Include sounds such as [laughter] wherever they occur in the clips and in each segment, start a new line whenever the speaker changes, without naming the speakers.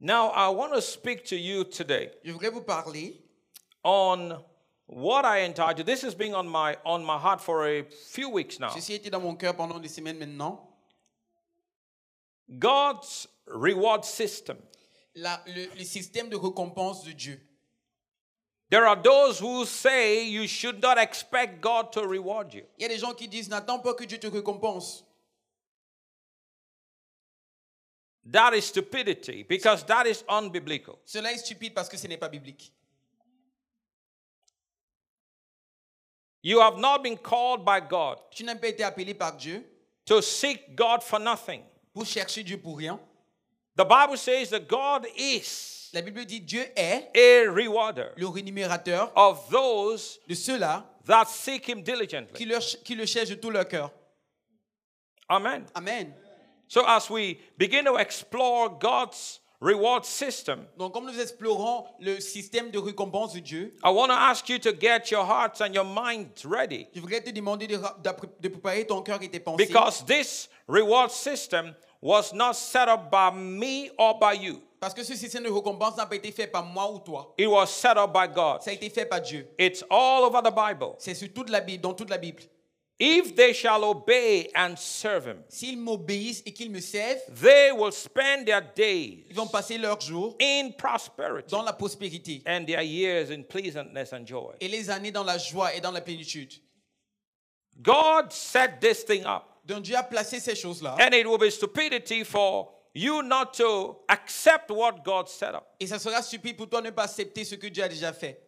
Now, I want to speak to you today
Je voudrais vous parler
on what I entitled. This has been on my on my heart for a few weeks now.
Ceci était dans mon cœur pendant des semaines maintenant.
God's reward system.
La- le, le système de récompense de Dieu.
There are those who say you should not expect God to reward you.
Il y a des gens qui disent n'attends pas que Dieu te récompense.
That is stupidity because that is unbiblical.
Cela est stupide parce que ce n'est pas biblique.
You have not been called by God
Tu n'as pas été appelé par Dieu
to seek God for nothing.
pour chercher Dieu pour rien.
The Bible says that God is
La Bible dit Dieu est
a rewarder
le rémunérateur
of those
de ceux-là
that seek him
qui,
diligently.
leur- qui le cherchent de tout leur cœur.
Amen.
Amen.
So as we begin to explore God's reward system,
Donc, comme nous explorons le système de récompense de Dieu,
I want to ask you to get your hearts and your minds ready
je voudrais te demander de, ra- d'appr- de préparer ton cœur et tes pensées.
because this reward system was not set up by me or by you.
Parce que ce système de récompense n'a pas été fait par moi ou toi.
It was set up by God.
Ça a été fait par Dieu.
It's all over the Bible.
C'est sur toute la Bible, dans toute la Bible.
If they shall obey and serve him,
S'ils m'obéissent et qu'ils me servent,
they will spend their days
ils vont passer leurs jours
in prosperity
dans la prospérité
and their years in pleasantness and joy.
et les années dans la joie et dans la plénitude.
God set this thing up.
Donc Dieu a placé ces choses-là.
And it will be stupidity for you not to accept what God set up.
Et ça sera stupide pour toi de ne pas accepter ce que Dieu a déjà fait.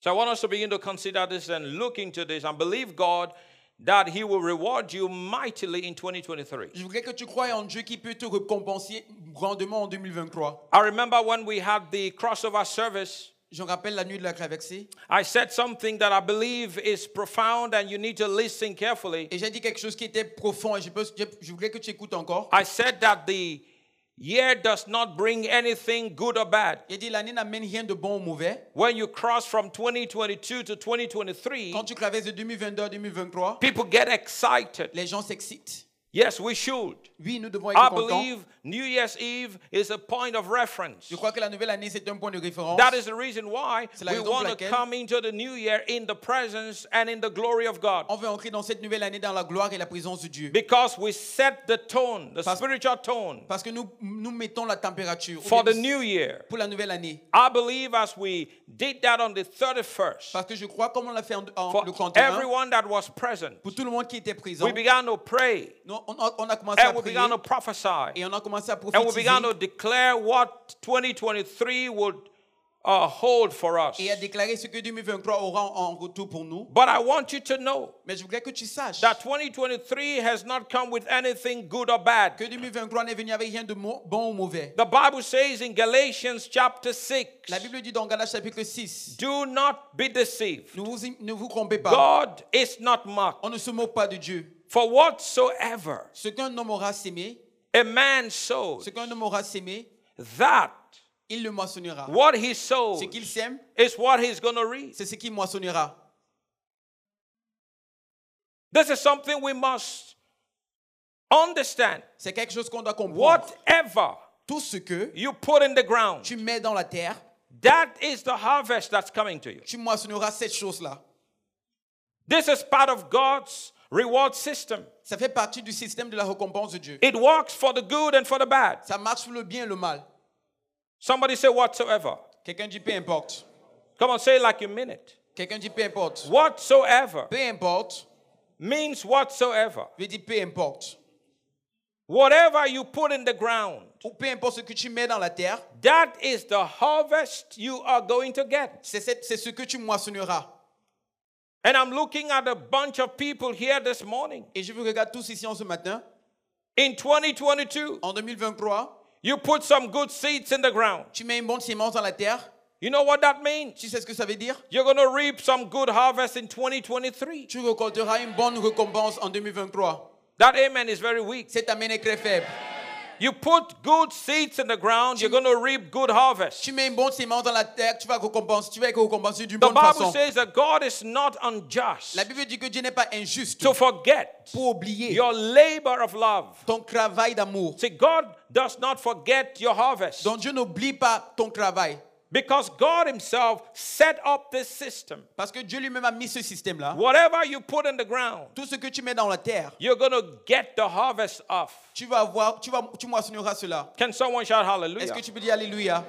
So I want us to begin to consider this and look into this and believe God that He will reward you mightily in 2023.
Je voudrais que tu croies en Dieu qui peut te récompenser grandement en 2023.
I remember when we had the crossover service,
Je me rappelle la nuit de la traversée
I said something that I believe is profound and you need to listen carefully.
et j'ai dit quelque chose qui était profond et je, peux- je- je voudrais que tu écoutes encore.
I said that the year does not bring anything good or bad.
J'ai dit l'année n'amène rien de bon ou mauvais.
When you cross from 2022 to 2023,
Quand tu traverses de 2022 à 2023,
people get excited.
les gens s'excitent.
Yes, we should.
Oui, nous devons
I
être contents.
believe New Year's Eve is a point of reference.
Je crois que la nouvelle année, c'est un point de référence.
That is the reason why
C'est la
we
raison pour
want to
laquelle-
come into the new year in the presence and in the glory of God.
On veut entrer dans cette nouvelle année dans la gloire et la présence de Dieu.
Because we set the tone, the
Parce-
spiritual tone
Parce que nous, nous mettons la température au
for the
début-
new year.
pour la nouvelle année.
I believe as we did that on the 31st,
Parce que je crois, comme on l'a fait en, en-
for
le 31,
everyone that was present,
pour tout le monde qui était présent,
we began to pray
nous, on, a, on a commencé à
and we
prier
began to prophesy
et on a commencé à
and we
prophétiser
began to declare what 2023 would uh, hold for us.
et à déclarer ce que 2023 aura en, en retour pour nous.
But I want you to know
Mais je voudrais que tu saches
that 2023 has not come with anything good or
que
bad.
2023 n'est venu avec rien de mo- bon ou mauvais.
The Bible says in Galatians chapter 6,
La Bible dit dans Galates chapitre 6,
do not be deceived.
ne vous, ne vous trompez pas.
God is not mocked.
On ne se moque pas de Dieu.
For whatsoever
Ce qu'un homme aura sémé,
a man
ce
sows,
qu'un homme aura sémé,
that
il le moissonnera.
what he sows
Ce qu'il sème,
is what he's going to reap.
c'est ce qu'il moissonnera.
This is something we must understand.
C'est quelque chose qu'on doit comprendre.
Whatever
Tout ce que
you put in the ground,
tu mets dans la terre,
that is the harvest that's coming to you.
tu moissonneras cette chose-là.
This is part of God's reward system.
Ça fait partie du système de la récompense de Dieu.
It works for the good and for the bad.
Ça marche pour le bien et le mal.
Somebody say whatsoever.
Quelqu'un dit peu importe.
Come on, say it like you mean it.
Quelqu'un dit peu importe.
Whatsoever
Peu importe
means whatsoever.
veut dire peu importe.
Whatever you put in the ground,
Ou peu importe ce que tu mets dans la terre,
that is the harvest you are going to get.
c'est cette- c'est ce que tu moissonneras.
And I'm looking at a bunch of people here this morning.
Et je vous regarde tous ici en ce matin.
In 2022,
En 2023,
you put some good seeds in the ground.
tu mets une bonne sémence dans la terre.
You know what that means?
Tu sais ce que ça veut dire
You're going to reap some good harvest in 2023.
Tu récolteras une bonne récompense en 2023.
That amen is very weak.
Cet amen est très faible.
You put good seeds in the ground, you're going to reap good harvest.
Tu mets une bonne sémence dans la terre, tu vas récompenser, tu vas être récompensé d'une
The
bonne
Bible
façon.
says that God is not unjust
La Bible dit que Dieu n'est pas injuste
to forget
pour oublier
your labor of love.
ton travail d'amour.
See, God does not forget your harvest
Donc Dieu n'oublie pas ton travail.
because God Himself set up this system.
Parce que Dieu lui-même a mis ce système-là.
Whatever you put in the ground,
Tout ce que tu mets dans la terre,
you're going to get the harvest of.
tu vas avoir, tu vas, tu moissonneras cela.
Can someone shout
Est-ce
hallelujah?
que tu peux dire Alléluia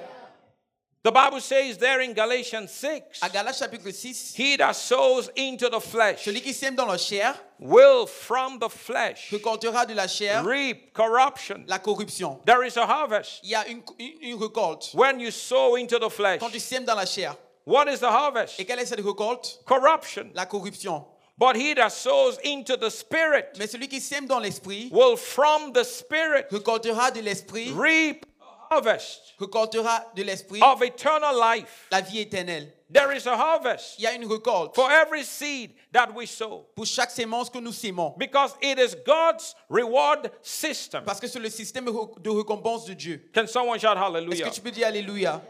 The Bible says there in Galatians 6
À Galates chapitre 6,
He that sows into the flesh
celui qui sème dans la chair
will from the flesh
récoltera de la chair
reap corruption.
la corruption.
There is a harvest
Il y a une, une- une récolte
when you sow into the flesh.
quand tu sèmes dans la chair.
What is the harvest?
Et quelle est cette récolte
Corruption.
La corruption.
But he that sows into the spirit
Mais celui qui sème dans l'esprit
will from the spirit
récoltera de l'esprit,
reap a harvest
récoltera de l'esprit
of eternal life.
la vie éternelle.
There is a harvest
Il y a une récolte
for every seed that we sow
pour chaque sémence que nous sémons.
because it is God's reward system.
Parce que c'est le système de récompense de Dieu.
Can someone shout
Est-ce
hallelujah?
que tu peux dire Alléluia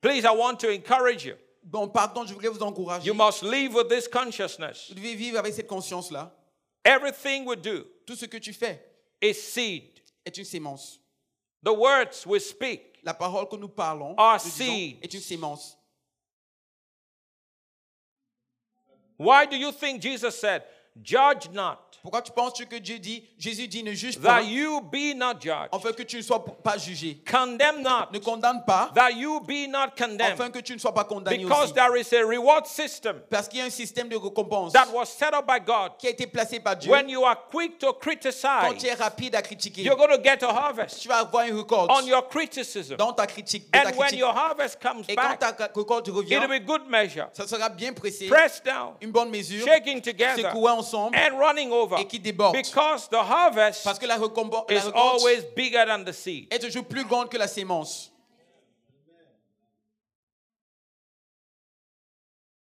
Please, I want to encourage you.
Bon, pardon, je voudrais vous encourager.
You must live with this consciousness.
Vous devez vivre avec cette conscience-là.
Everything we do
Tout ce que tu fais
is seed.
est une sémence.
The words we speak
La parole que nous parlons
Are
nous disons,
seeds.
est une sémence.
Why do you think Jesus said, Judge not,
Pourquoi tu penses que Dieu dit, Jésus dit ne juge pas,
that you be not judged?
afin que tu ne sois pas jugé.
Condemn not,
Ne condamne pas,
that you be not
afin
condemned.
que tu ne sois pas condamné
Because
aussi.
there is a reward system
Parce qu'il y a un système de récompense
that was set up by God.
qui a été placé par Dieu.
When you are quick to
Quand tu
criticize,
es rapide à critiquer,
you're going to get a harvest
tu vas avoir une récolte
on your criticism.
dans ta critique. de ta
And when
critique.
your harvest comes
Et quand
back,
ta récolte revient,
it'll be good measure,
ça sera bien pressé,
pressed down,
une bonne mesure,
shaking together,
secoué ensemble,
and running over.
et qui déborde.
Because the harvest
parce que la, récompense la
is
récolte
always bigger than the seed.
est toujours plus grande que la sémence.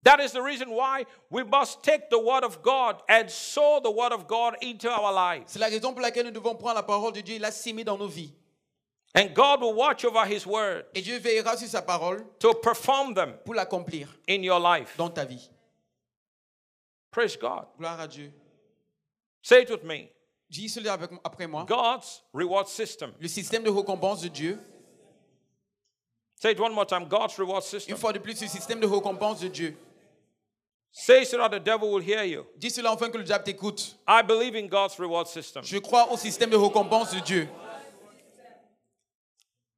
That is the reason why we must take the word of God and sow the word of God into our lives.
C'est la raison pour laquelle nous devons prendre la parole de Dieu et la s'aimer dans nos vies.
And God will watch over his word
Et Dieu veillera sur sa parole
to perform them
pour l'accomplir
in your life.
dans ta vie.
Praise God.
Gloire à Dieu.
Say it with me.
Dis cela avec- après moi.
God's reward system.
Le système de récompense de Dieu.
Say it one more time. God's reward
Une
system.
fois de plus, le système de récompense de Dieu.
Say so that the devil will hear you.
Dis cela enfin que le diable t'écoute.
I believe in God's reward system.
Je crois au système de récompense de Dieu.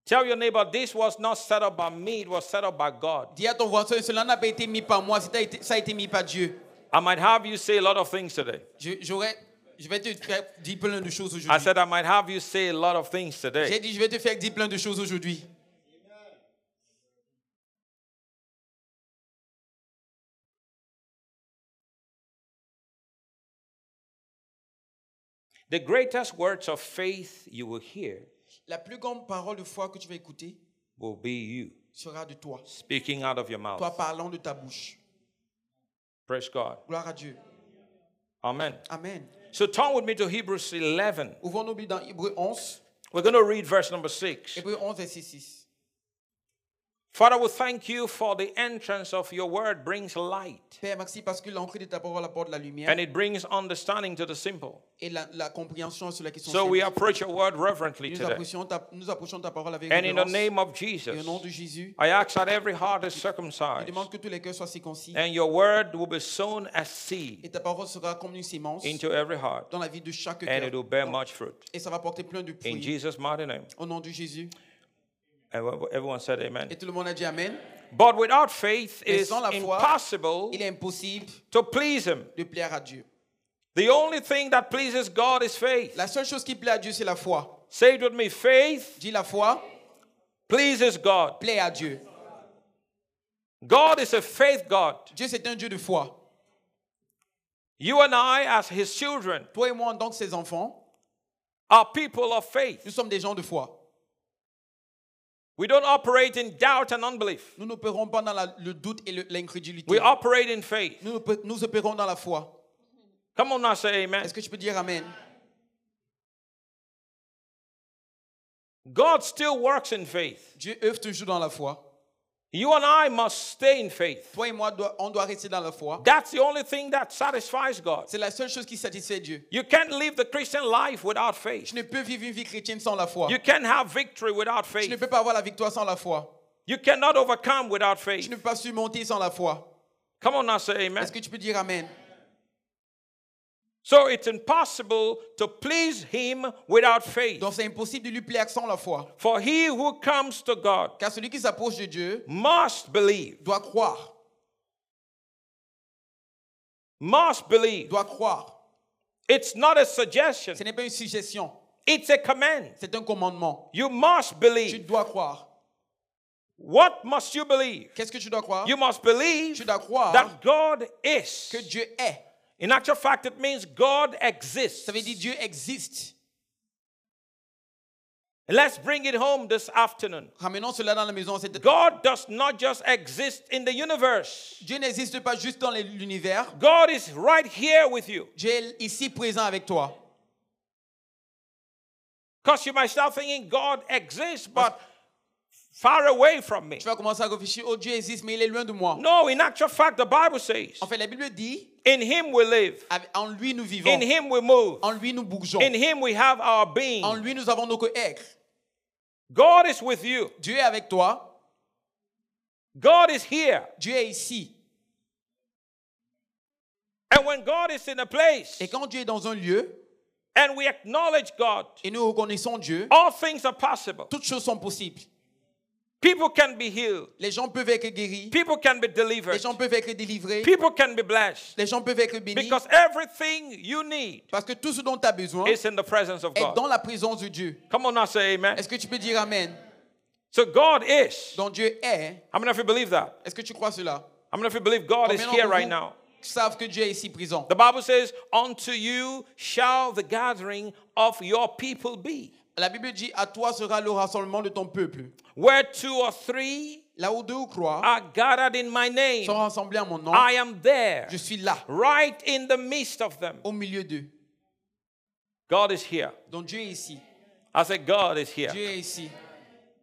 Tell your neighbor, this was not set up by me, it was set up by God.
Dis à ton voisin, cela n'a pas été mis par moi, ça a été, ça a été mis par Dieu.
I might have you say a lot of things today.
Je, j'aurais- je vais te faire dire plein de choses
I
aujourd'hui.
said, I might have you say a lot of things
J'ai
today.
dit, je vais te faire dire plein de choses aujourd'hui.
The greatest words of faith you will hear
La plus grande parole de foi que tu vas écouter
will be you
sera de toi.
speaking out of your
Toi
mouth.
parlant de ta bouche.
Praise God.
Gloire à Dieu.
Amen.
Amen.
So turn with me to Hebrews 11.
Ouvrons-nous bien dans Hébreu 11.
We're going to read verse number 6.
Hébreu 11, verset 6.
Father, we thank you for the entrance of your word brings light
Père, merci parce que l'entrée de ta parole apporte la lumière
and it brings understanding to the simple.
et la, la compréhension sur la question.
So we
simple.
approach your word reverently
nous,
today.
approchons ta, nous approchons ta parole avec
And in the
révérence.
name of
Et au
Jesus,
nom de Jésus,
I ask that every heart is
je
circumcised
demande que tous les cœurs soient circoncis
and your word will be sown as seed
et ta parole sera comme une sémence
into every heart
dans la vie de chaque
and it
cœur.
will bear much fruit.
Et ça va porter plein de
In
fruits.
Jesus' mighty name.
Au nom de Jésus.
And wh- wh- everyone said amen.
Et tout le monde a dit Amen.
But without faith, it
Mais
is
sans la foi,
impossible
Il est impossible
to please Him.
de plaire à Dieu.
The only thing that pleases God is faith.
La seule chose qui plaît à Dieu, c'est la foi.
Say it with me faith
Dis la foi
pleases God.
plaît à Dieu.
God is a faith God.
Dieu, c'est un Dieu de foi.
You and I, as His children,
Toi et moi, en tant que ses enfants,
are people of
nous
faith.
sommes des gens de foi.
We don't operate in doubt and unbelief,
Nous n'opérons pas dans la- le doute et le- l'incrédulité.
we operate in faith.
Nous, opé- nous opérons dans la foi.
Come on now, say amen.
Est-ce que tu peux dire Amen
God still works in faith.
Dieu œuvre toujours dans la foi.
You and I must stay in faith.
Toi et moi, doit- on doit rester dans la foi.
That's the only thing that satisfies God.
C'est la seule chose qui satisfait Dieu.
You can't live the Christian life without
Je
faith.
ne peux vivre une vie chrétienne sans la foi.
You can't have victory without
Je ne
faith.
peux pas avoir la victoire sans la foi.
You cannot overcome without
Je
faith.
ne peux pas surmonter sans la foi.
Come on now, say amen.
Est-ce que tu peux dire Amen
So it's impossible to please Him without faith.
Donc c'est impossible de lui plaire sans la foi.
For he who comes to God
Car celui qui s'approche de Dieu
must believe,
doit croire.
must believe.
Doit croire.
It's not a suggestion,
Ce n'est pas une suggestion.
it's a command.
C'est un commandement.
You must
Tu
believe.
dois croire.
What must you believe?
Qu'est-ce que tu dois croire
You must believe
Tu dois croire
that God is.
que Dieu est.
In actual fact, it means God exists.
Ça veut dire Dieu existe.
Let's bring it home this afternoon.
Ramenons cela dans la maison. C'est-
God does not just exist in the universe,
Dieu n'existe pas juste dans les- l'univers.
God is right here with you.
Dieu est ici présent avec toi.
Because you might start thinking God exists, but far away from me.
Tu vas commencer à réfléchir, oh Dieu existe, mais il est loin de moi.
No, in actual fact, the Bible says,
En fait, la Bible dit,
In him we live.
avec- en lui nous vivons,
In him we move.
en lui nous bougeons,
In him we have our
en
being.
lui nous avons nos êtres.
God is with you.
Dieu est avec toi,
God is here.
Dieu est ici.
And when God is in a place
Et quand Dieu est dans un lieu
and we acknowledge God,
et nous reconnaissons Dieu,
all things are possible.
toutes choses sont possibles.
People can be healed.
Les gens peuvent être guéris,
People can be
les
delivered.
gens peuvent être délivrés,
People can be blessed.
les gens peuvent être bénis,
Because everything you need
parce que tout ce dont tu as besoin
is in the presence of
est
God.
dans la présence de Dieu.
Come on now, say amen.
Est-ce que tu peux dire Amen
So God is.
Donc Dieu est.
How many of you believe that?
Est-ce que tu crois cela
How many of you believe God is
Combien
here
d'entre
right
vous
now?
savent que Dieu est ici présent
The Bible says, Unto you shall the gathering of your people be.
La Bible dit à toi sera le rassemblement de ton peuple.
Where two or three
Là où deux ou trois
are gathered in my name,
sont rassemblés à mon nom,
I am there,
je suis là,
right in the midst of them.
au milieu d'eux.
God is here.
Donc Dieu est ici.
I said, God is here.
Dieu est ici.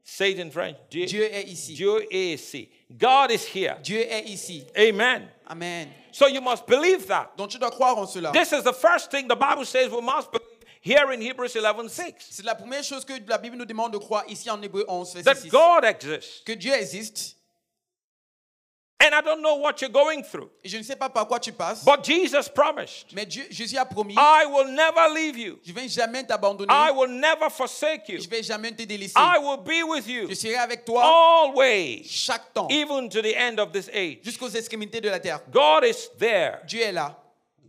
Say it in French. Dieu,
Dieu est ici.
Dieu est ici. God is here.
Dieu est ici.
Amen.
Amen.
So you must believe that.
Donc tu dois croire en cela.
This is the first thing the Bible says we must believe here in Hebrews 11 6.
C'est la première chose que la Bible nous demande de croire ici en Hébreu 11, verset
That
6.
God exists.
Que Dieu existe.
And I don't know what you're going through,
Et je ne sais pas par quoi tu passes,
but Jesus promised.
mais Dieu, Jésus a promis,
I will never leave you.
je ne vais jamais t'abandonner,
Ah. I will never forsake you.
je ne vais jamais te délaisser.
I will Oh. be with you
Je serai avec toi
always,
chaque temps,
even to the end of this age.
jusqu'aux extrémités de la terre.
God is there
Dieu est là.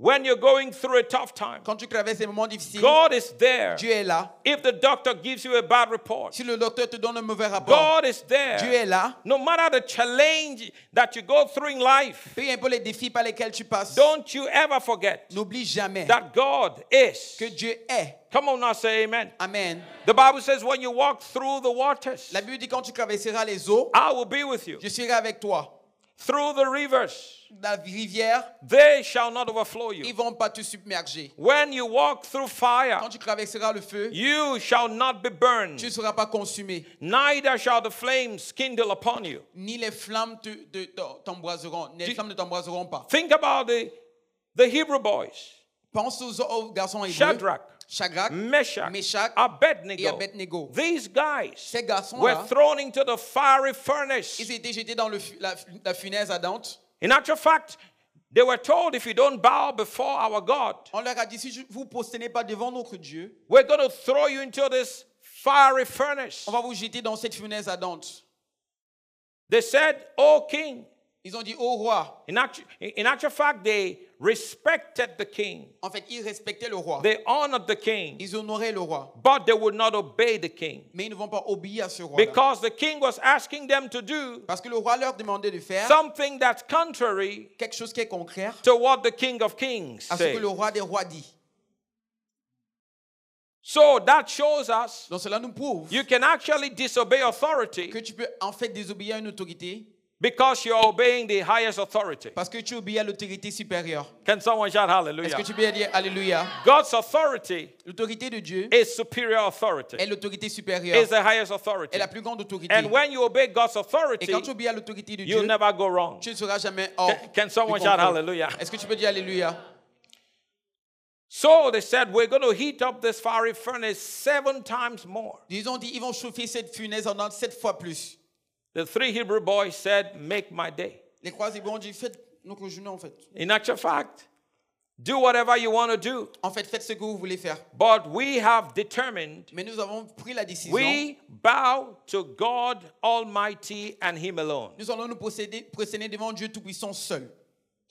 when you're going through a tough time.
Quand tu traverses des moments difficiles,
God is there
Dieu est là.
if the doctor gives you a bad report.
Si le docteur te donne un mauvais rapport,
God is
Dieu est
there.
là.
No matter the challenge that you go through in life,
Peu importe les défis par lesquels tu passes,
don't you ever forget
n'oublie jamais
that God is.
que Dieu est.
Come on now, say amen.
Amen.
The Bible says, when you walk through the waters,
La Bible dit quand tu traverseras les eaux,
I will be with you.
je serai avec toi.
Through the rivers,
La rivière,
they shall not overflow
ils
you.
vont pas te submerger.
When you walk through fire,
Quand tu traverseras le feu,
you shall not be
tu ne
burned,
seras pas consumé,
neither shall the flames kindle upon you.
ni les flammes te- de- te- t'embraseront, les
Tu-
flammes ne t'embraseront pas.
Think about the, the Hebrew boys,
Pense aux, aux garçons hébreux,
Shadrach, Mm.
Shadrach,
Meshach,
Meshach et
Abednego.
Abednego.
These guys
Ces
were
garçons-là,
thrown into the fiery furnace.
ils étaient jetés dans le fu- la, la funèse à Dante.
In actual fact, they were told if you don't bow before our God,
On leur a dit si je- vous ne prosternez pas devant notre Dieu,
we're going to throw you into this fiery furnace.
On va vous jeter dans cette funèse ardente.
They said, Oh, king,
Ils ont dit, au roi.
In actu- in actual, fact, they respected the king.
En fait, ils respectaient le roi.
They honored the king,
Ils honoraient le roi.
but they would not obey the king
Mais ils ne vont pas obéir à ce roi.
because the king was asking them to do
Parce que le roi leur demandait de faire
something that's contrary
quelque chose qui est contraire
to what the king of kings
à ce que
said.
le roi des rois dit.
So that shows us
Donc cela nous prouve
you can actually disobey
que
authority
tu peux en fait désobéir à une autorité
because you're obeying the highest authority.
Parce que tu obéis à l'autorité supérieure.
Can someone shout
Est-ce
hallelujah?
que tu peux dire Alléluia
God's authority
L'autorité de Dieu
is superior authority,
est l'autorité supérieure,
is the highest
est
authority.
la plus grande autorité.
And when you obey God's
Et
authority,
quand tu obéis à l'autorité de
you'll
Dieu,
never go wrong.
tu ne seras jamais hors.
Can- can someone
du
shout
contrôle.
hallelujah?
Est-ce que tu peux dire Alléluia
So they said, We're going to heat up this fiery furnace seven times more.
Ils ont dit ils vont chauffer cette funèse en Inde sept fois plus.
The three Hebrew boys said, Make my day.
Les croisés ont dit faites nos rejoignons en fait.
In actual fact, do whatever you want to do.
En fait, faites ce que vous voulez faire.
But we have determined
Mais nous avons pris la décision.
we bow to God Almighty and Him alone.
Nous allons nous procéder, procéder devant Dieu Tout-Puissant seul.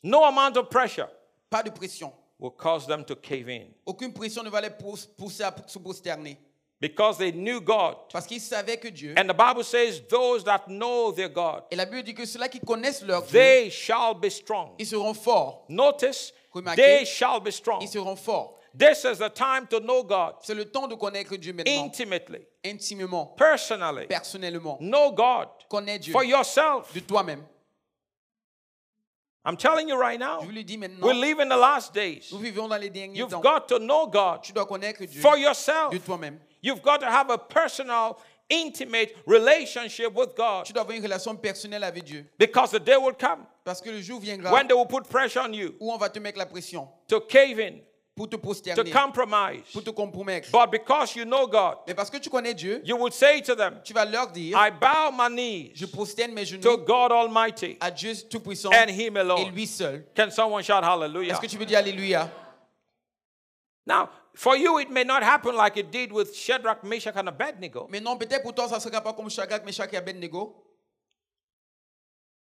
No amount of pressure
Pas de pression.
will cause them to cave in
Aucune pression ne va les pous- pousser à se prosterner.
because they knew God.
Parce qu'ils savaient que Dieu.
And the Bible says, Those that know their God,
Et la Bible dit que ceux-là qui connaissent leur Dieu,
they shall be strong.
ils seront forts.
Notice,
Remarquez.
they shall be strong.
Ils seront forts.
This is the time to know God
C'est le temps de connaître Dieu maintenant.
intimately,
Intimement,
personally.
personnellement.
Know God
Connais Dieu
for yourself.
de toi-même.
I'm telling you right
Je
now,
vous le dis maintenant.
we live in the last days.
Nous vivons dans les derniers
You've
temps.
got to know God
Tu dois connaître Dieu
for yourself.
de toi-même.
You've got to have a personal, intimate relationship with God
Tu dois avoir une relation personnelle avec Dieu.
because the day will come
Parce que le jour viendra
when they will put pressure on you
où on va te mettre la pression
to cave in,
pour
to
te prosterner,
compromise.
pour te compromettre.
But because you know God,
Mais parce que tu connais Dieu,
you will say to them,
tu vas leur dire
I bow my knees
Je prosterne mes
to
genoux
God Almighty
à Dieu Tout-Puissant
and Him
et
alone.
lui seul.
Can someone shout hallelujah?
Est-ce que tu peux dire Alléluia
Now, for you, it may not happen like it did with Shadrach, Meshach, and Abednego.
Mais non, peut-être pour toi, ça ne sera pas comme Shadrach, Meshach et Abednego.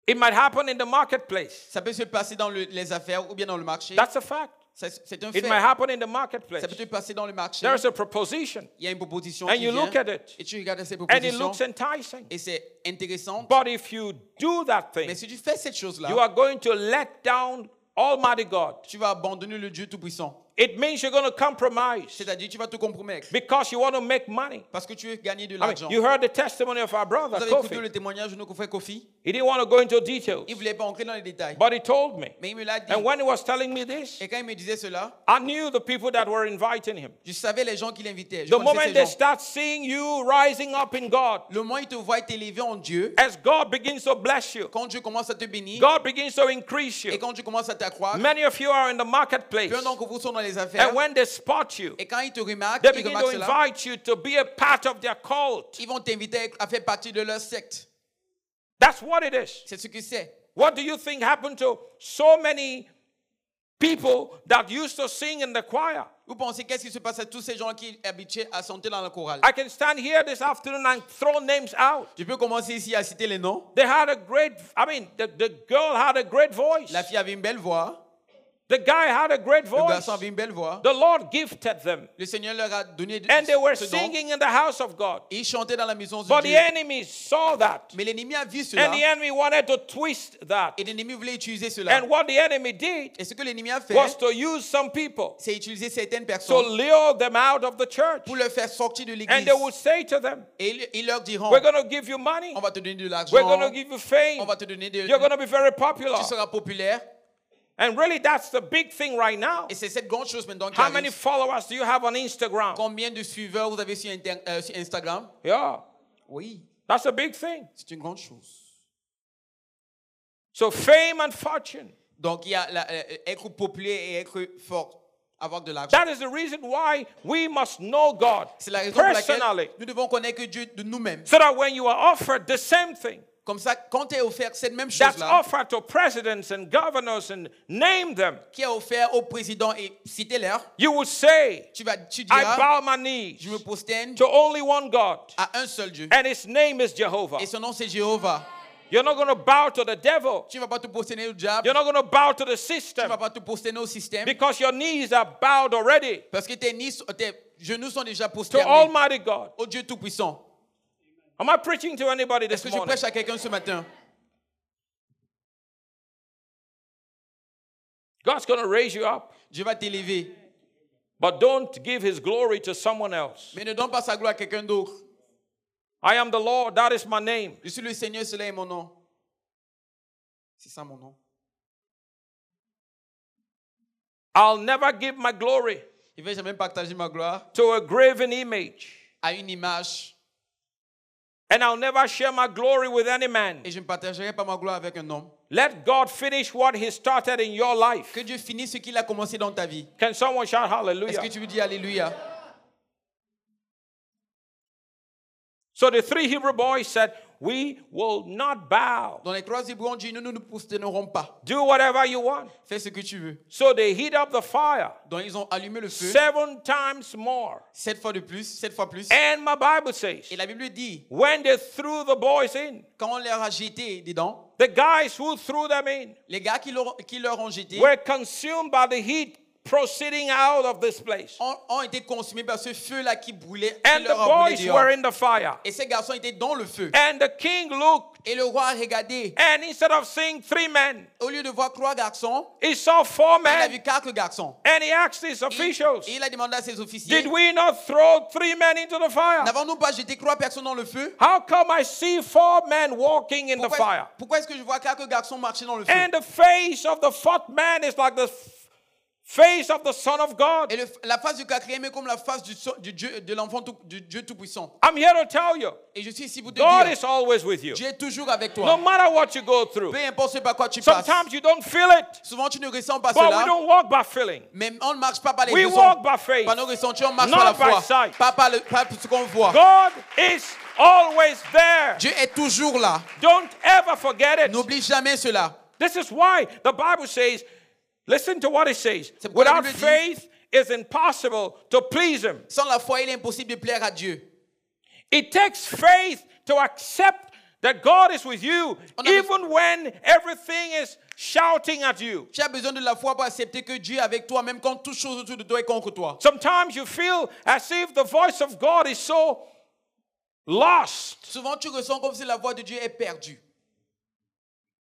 It might happen in the marketplace.
Ça peut se passer dans le- les affaires ou bien dans le marché.
That's a fact.
Ça- C'est un fait.
It might happen in the marketplace.
Ça peut se passer dans le marché.
There's a proposition,
Il y a une proposition
And
qui
you
vient.
look at it.
Et tu regardes ces
and it
propositions.
looks enticing.
Et c'est intéressant.
But if you do that
Mais
thing,
si tu fais cette chose-là,
you are going to let down Almighty God.
tu vas abandonner le Dieu Tout-Puissant.
It means you're going to compromise
C'est-à-dire, tu vas te compromettre
because you want to make money.
parce que tu veux gagner de
I
l'argent.
mean, Ah you heard the testimony of our brother,
Vous avez écouté
Kofi.
le témoignage de notre frère Kofi.
He didn't want to go into details,
Il ne voulait pas entrer dans les détails.
but he told me.
Mais il me l'a dit.
And when he was telling me this,
Et quand il me disait cela,
I knew the people that were inviting him.
je savais les gens qui l'invitaient. Je
The
connaissais
moment they
ces gens.
start seeing you rising up in God,
Le moment où ils te voient t'élever en Dieu,
as God begins to bless you,
quand Dieu commence à te bénir
God begins to increase
et
you.
quand Dieu commence à t'accroître,
Many of you are in the marketplace,
plein d'entre vous sont dans les affaires.
and when they spot you,
Et quand ils te remarquent,
they
ils
begin to
remarquent cela,
invite you to be a part of their cult.
ils vont t'inviter à faire partie de leur secte.
That's what it is.
C'est ce que c'est.
What do you think happened to so many people that used to sing in the choir?
Vous pensez qu'est-ce qui se passe à tous ces gens qui sont habitués à chanter dans la chorale
I can stand here this afternoon and throw names out.
Je peux commencer ici à citer les noms.
They had a great, I mean, the, the girl had a great voice.
La fille avait une belle voix.
The guy had a great
Le
voice.
garçon avait une belle voix.
The Lord gifted them.
Le Seigneur leur a donné de
And they were
ce don.
singing in the house of God.
Et ils chantaient dans la maison de
But the
Dieu.
enemy saw that.
Mais l'ennemi a vu
And the
cela.
enemy wanted to twist that.
Et l'ennemi voulait utiliser cela.
And what the enemy did
Et ce que l'ennemi a fait,
was to use some people
c'est utiliser certaines
to
personnes
lure them out of the church.
pour leur faire sortir de
And
l'église.
they would say to them,
Et ils- ils leur diront,
We're going to give you money.
on va te donner de
We're going
l'argent,
to give you
on
fame.
va te donner de...
You're going
Tu
to be very popular.
seras populaire.
And really, that's the big thing right now.
Et c'est cette grande chose maintenant qui
How many
arrive.
followers do you have on Instagram?
Combien de suiveurs vous avez sur, inter- euh, sur Instagram
Yeah,
Oui,
that's a big thing.
c'est une grande chose.
So, fame and fortune.
Donc, il y a la- euh, être populaire et être fort, avoir de l'argent.
That is the reason why we must know God
C'est la raison pour
personally.
laquelle nous devons connaître Dieu de nous-mêmes.
So that when you are offered the same thing
Comme ça, quand est offert cette même
that's
chose-là,
offered to presidents and governors and name them,
qui est offert au président et citez-les,
you will say,
tu vas, tu
I
diras,
bow my knees
je me prosterne
to only one God,
à un seul Dieu.
and his name is Jehovah.
Et son nom c'est Jéhovah.
You're not going to bow to the devil.
Tu ne vas pas te prosterner au diable,
You're not going to bow to the
tu ne
system
vas pas te prosterner au système,
because your knees are bowed already
parce que tes, nids sont- tes genoux sont déjà
to
prosternés
Almighty God.
au Dieu Tout-Puissant.
Am I preaching to anybody this
Est-ce que je
morning?
prêche à quelqu'un ce matin
God's going to raise you up,
Dieu va t'élever,
but don't give his glory to someone else.
mais ne donne pas sa gloire à quelqu'un d'autre.
I am the Lord, that is my name.
Je suis le Seigneur, cela est mon nom. C'est ça mon nom.
I'll never give my glory
Je ne vais jamais partager ma gloire
to a graven image,
à une image
and I'll never share my glory with any man.
et je ne partagerai pas ma gloire avec un homme.
Let God finish what He started in your life.
Que Dieu finisse ce qu'il a commencé dans ta vie.
Can someone shout
Est-ce
hallelujah?
que tu veux dire Alléluia
So the three Hebrew boys said, We will not bow.
Dans les trois Hébreux, on dit nous ne nous prosternerons pas.
Do whatever you want.
Fais ce que tu veux.
So they heat up the fire
Donc ils ont allumé le feu
seven times more.
sept fois de plus, sept fois plus.
And my Bible says,
Et la Bible dit
when they threw the boys in,
quand on leur a jeté dedans,
the guys who threw them in
les gars qui leur, qui leur ont jeté
were consumed by the heat proceeding out of this place.
ont, ont été consumés par ce feu-là qui brûlait. qui
And the
leur a brûlé
boys
dehors.
were in the fire.
Et ces garçons étaient dans le feu.
And the king looked,
Et le roi a regardé.
and instead of seeing three men,
Au lieu de voir trois garçons,
he saw four
il a
men.
vu quatre garçons.
And he asked his
Et-
officials,
Et il a demandé à ses officiers,
Did we not throw three men into the fire?
n'avons-nous pas jeté trois personnes dans le feu
How come I see four men walking in the
Pourquoi,
fire?
pourquoi est-ce que je vois quatre garçons marcher dans le feu
And the face of the fourth man is like the f- face of the Son of God.
Et le- la face du quatrième est comme la face du, so- du Dieu, de l'enfant tout- du Dieu tout-puissant.
I'm here to tell you,
Et je suis ici pour te
God
dire,
is always with you.
Dieu est toujours avec
No
toi.
matter what you go through.
Peu importe ce par quoi tu passes.
Sometimes you don't feel it,
Souvent tu ne ressens pas
but we
cela.
don't walk by feeling.
Mais on ne marche pas par les
We
raisons,
walk by faith,
par nos ressentis, on marche
not
par la
by
foi,
sight.
pas par, le, pas par ce qu'on voit.
God is always there.
Dieu est toujours là.
Don't ever forget it.
N'oublie jamais cela.
This is why the Bible says, listen to what it says.
C'est pourquoi la
Without
Bible dit-
faith, it's impossible to please Him.
Sans la foi, il est impossible de plaire à Dieu.
It takes faith to accept that God is with you,
On a bes-
even when everything is shouting at you.
Tu as besoin de la foi pour accepter que Dieu est avec toi, même quand toute chose autour de toi est contre toi.
Sometimes you feel as if the voice of God is so lost.
Souvent, tu ressens comme si la voix de Dieu est perdue.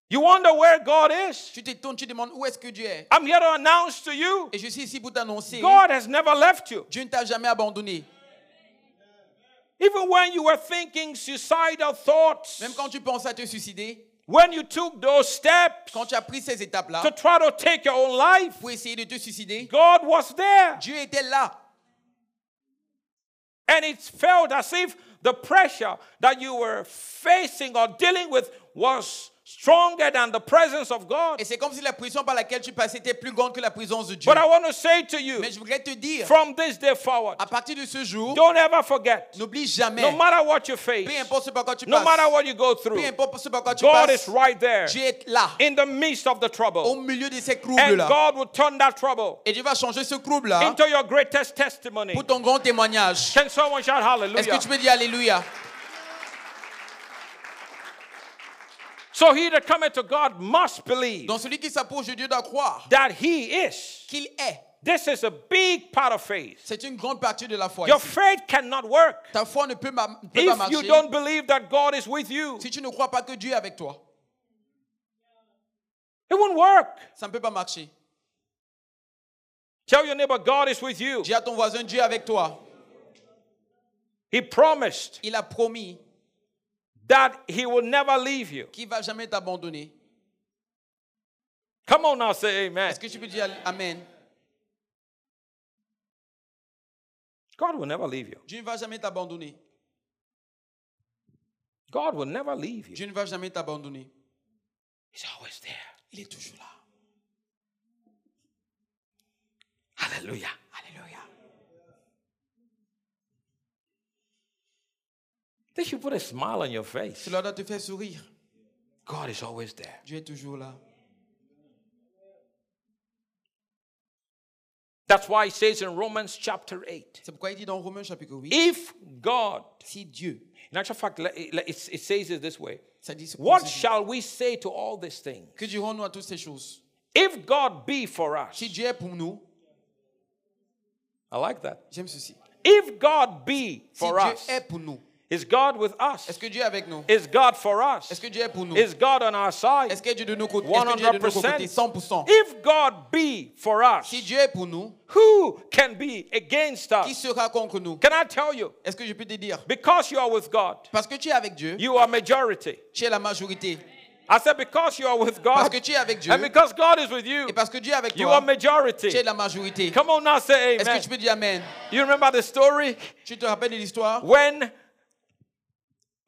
You wonder where God is.
Tu te tournes, tu demandes où est-ce que Dieu est.
I'm here to announce to you
Et je suis ici pour t'annoncer,
God has never left you.
Dieu ne t'a jamais abandonné.
Even when you were thinking suicidal thoughts,
Même quand tu penses à te suicider,
when you took those steps
quand tu as pris ces
to
étapes-là
try to take your own life,
pour essayer de te suicider,
God was there.
Dieu était là.
And it felt as if the pressure that you were facing or dealing with was stronger than the presence of God.
Et c'est comme si la prison par laquelle tu passais était plus grande que la présence de Dieu.
But I want to say to you
Mais je voudrais te dire,
from this day forward,
à partir de ce jour,
don't ever forget,
n'oublie jamais,
no matter what you
peu
face,
importe ce par quoi tu
no matter
passes,
what you go
peu
through,
importe ce par quoi tu
God
passes,
is right there
Dieu est là,
in the midst of the
au
trouble.
milieu de ces
And
troubles-là.
God will turn that trouble
Et Dieu va changer ce trouble-là
into your greatest testimony.
pour ton grand témoignage.
Can someone shout
Est-ce
hallelujah?
que tu peux dire Alléluia
So he that cometh to God must believe
Donc celui qui s'approche de Dieu doit croire
that he is.
qu'il est.
This is a big part of faith.
C'est une grande partie de la foi.
Your
ici.
faith cannot work
Ta foi ne peut, ma- peut pas
if you
marcher
don't believe that God is with you.
si tu ne crois pas que Dieu est avec toi.
It won't work.
Ça ne peut pas marcher.
Tell your neighbor, God is with you.
Dis à ton voisin, Dieu est avec toi.
He promised
Il a promis
that He will never leave you.
qu'il ne va jamais t'abandonner.
Come on now, say amen.
Est-ce que tu peux dire Amen
God will never leave you.
Dieu ne va jamais t'abandonner.
God will never leave you.
Dieu ne va jamais t'abandonner.
He's always there.
Il est toujours là.
Hallelujah.
Alléluia.
They should put a smile on your face.
Cela doit te faire sourire.
God is always there.
Dieu est toujours là.
That's why it says in Romans chapter 8
C'est pourquoi il dit dans Romains chapitre 8,
if God,
si Dieu,
in actual fact, le- le- it it says it this way
ça dit c'est
What
comme ceci.
shall we say to all these things?
Que dirons-nous à toutes ces choses
If God be for us,
Si Dieu est pour nous,
I like that.
j'aime ceci.
If God be
Si
for
Dieu
us,
est pour nous,
is God with us?
est-ce que Dieu est avec nous
Is God for
Est-ce
us?
que Dieu est pour nous
Is God on our side?
Est-ce que Dieu est de nos côtés Est-ce que Dieu est de nos côtés
100%.
100%.
If God be for us,
Si Dieu est pour nous,
who can be against
qui
us?
sera contre nous
Can I tell you?
Est-ce que je peux te dire
Because you are with God,
Parce que tu es avec Dieu,
you are majority.
tu es la majorité.
I said, because you are with
Parce
God
que tu es avec Dieu.
and because God is with you,
Et parce que Dieu est avec
you are
toi.
majority.
Tu es la majorité.
Come on now, say
Est-ce que
amen.
tu peux dire Amen
You remember the story
Tu te rappelles de l'histoire
when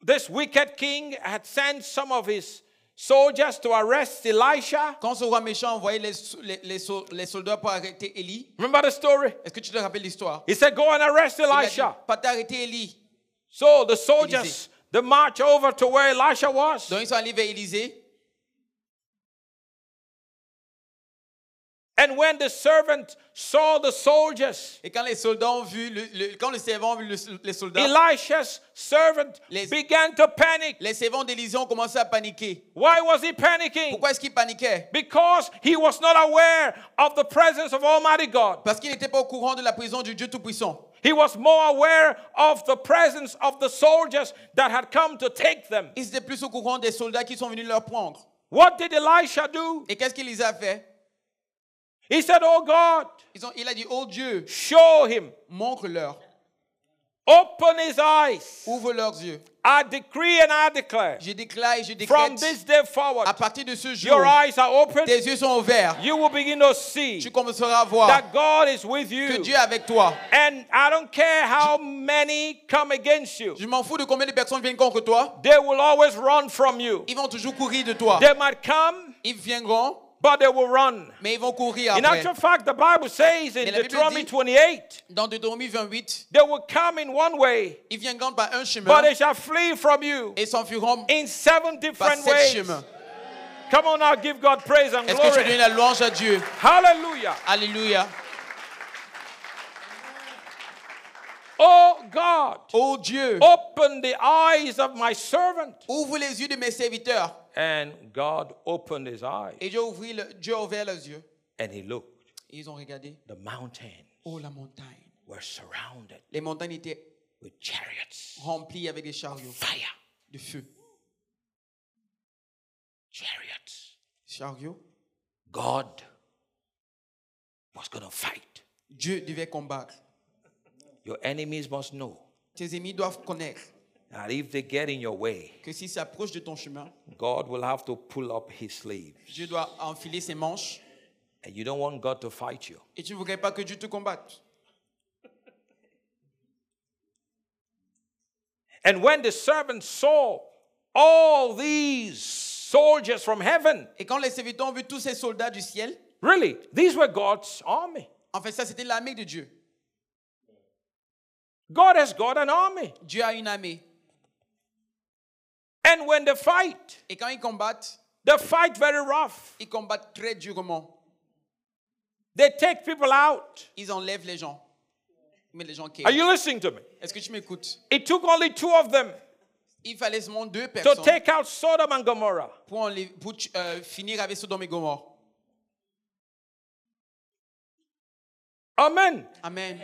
this wicked king had sent some of his soldiers to arrest Elisha?
Quand ce roi méchant a envoyé les, les, les so- les soldats pour arrêter Élie,
Remember the story?
est-ce que tu te rappelles l'histoire
He said, Go and arrest
Il a
Elisha.
dit, Pas t'arrêter Élie.
So the soldiers, they march over to where Elisha was.
Donc ils sont allés vers Élisée.
And when the servant saw the soldiers,
Et quand les soldats ont vu, le, le- quand les servants ont vu le- les soldats,
Elisha's servant
Les-
began to panic.
les servants d'Élisée ont commencé à paniquer.
Why was he panicking?
Pourquoi est-ce qu'ils paniquaient
Because he was not aware of the presence of Almighty God.
Parce qu'ils n'étaient pas au courant de la prison du Dieu Tout-Puissant.
He was more aware of the presence of the soldiers that had come to take them.
Ils étaient plus au courant des soldats qui sont venus leur prendre.
What did Elisha do?
Et qu'est-ce qu'Élisée a fait
He said, Oh God,
Ils ont- Il a dit, oh Dieu,
show him,
montre-leur,
open his eyes.
ouvre leurs yeux.
I decree and I declare
Je déclare et je
from
décrète,
this day forward,
à partir de ce jour,
your eyes are open.
tes yeux sont ouverts.
You will begin to see
Tu commenceras à voir
that God is with
que
you.
Dieu est avec toi.
And I don't care how many come against you,
Je m'en fous de combien de personnes viennent contre toi.
they will always run from you.
Ils vont toujours courir de toi.
They might come,
Ils viendront,
but they will run.
mais ils vont courir
In
après.
actual fact, the Bible says in
Mais la Bible
Deuteronomy
dit-
28
Dans Deutéronomie 28,
they will come in one way,
ils viendront par un chemin
but they shall flee from you
et s'enfuiront
in seven
par
different
sept
ways.
chemins.
Come on now, give God praise and
Est-ce que tu
glory.
donnes la louange à Dieu
Hallelujah.
Alléluia.
Oh God,
Oh Dieu,
open the eyes of my servant.
ouvre les yeux de mes serviteurs.
And God opened his eyes
Et Dieu, ouvrit le- Dieu a ouvert leurs yeux.
and he looked.
Et ils ont regardé.
The mountains
Oh, la montagne.
were surrounded
Les montagnes étaient
with chariots,
remplies avec des chariots
fire,
de feu.
chariots.
Chariots.
God was going to fight.
Dieu devait combattre.
Your enemies must know
Tes ennemis doivent connaître
that if they get in your way,
que s'ils s'approchent de ton chemin,
God will have to pull up his sleeve.
Dieu doit enfiler ses manches
And you don't want God to fight you.
et tu ne voudrais pas que Dieu te combatte.
And when the servant saw all these soldiers from heaven,
Et quand les serviteurs ont vu tous ces soldats du ciel,
really, these were God's army.
en fait, ça, c'était l'armée de Dieu.
God has got an army.
Dieu a une armée.
And when they fight,
Et quand ils combattent,
they fight very rough.
ils combattent très durement.
They take people out.
Ils enlèvent les gens. Mais les gens qui...
Are you listening to me?
Est-ce que tu m'écoutes
It took only two of them
Il fallait seulement deux
to
personnes
take out Sodom and Gomorrah.
pour, enlè- pour tu- euh, finir avec Sodome et Gomorre.
Amen.
Amen.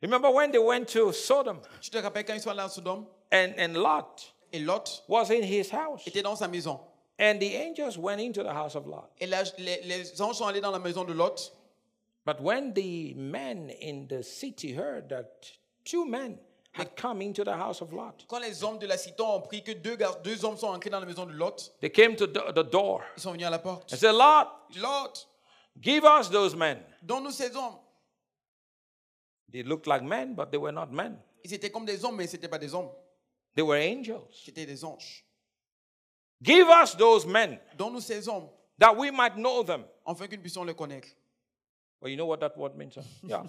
Remember when they went to Sodom
Tu te rappelles quand ils sont allés à Sodome
and, and Lot
et Lot
was in his house.
était dans sa maison.
And the angels went into the house of Lot.
Et là, les, les anges sont allés dans la maison de Lot.
But when the men in the city heard that two men had come into the house of Lot,
Quand les hommes de la cité ont appris que deux, gar- deux hommes sont entrés dans la maison de Lot,
they came to the, the door
ils sont venus à la porte.
and said, Lot,
Lot,
give us those men.
donne-nous ces hommes.
They looked like men, but they were not men.
Ils étaient comme des hommes, mais ce n'étaient pas des hommes.
They were angels.
C'était des anges.
Give us those men
Donne-nous ces hommes,
that we might know them.
afin que nous puissions les connaître.
Well, you know what that word
[laughs]
means, huh? Yeah.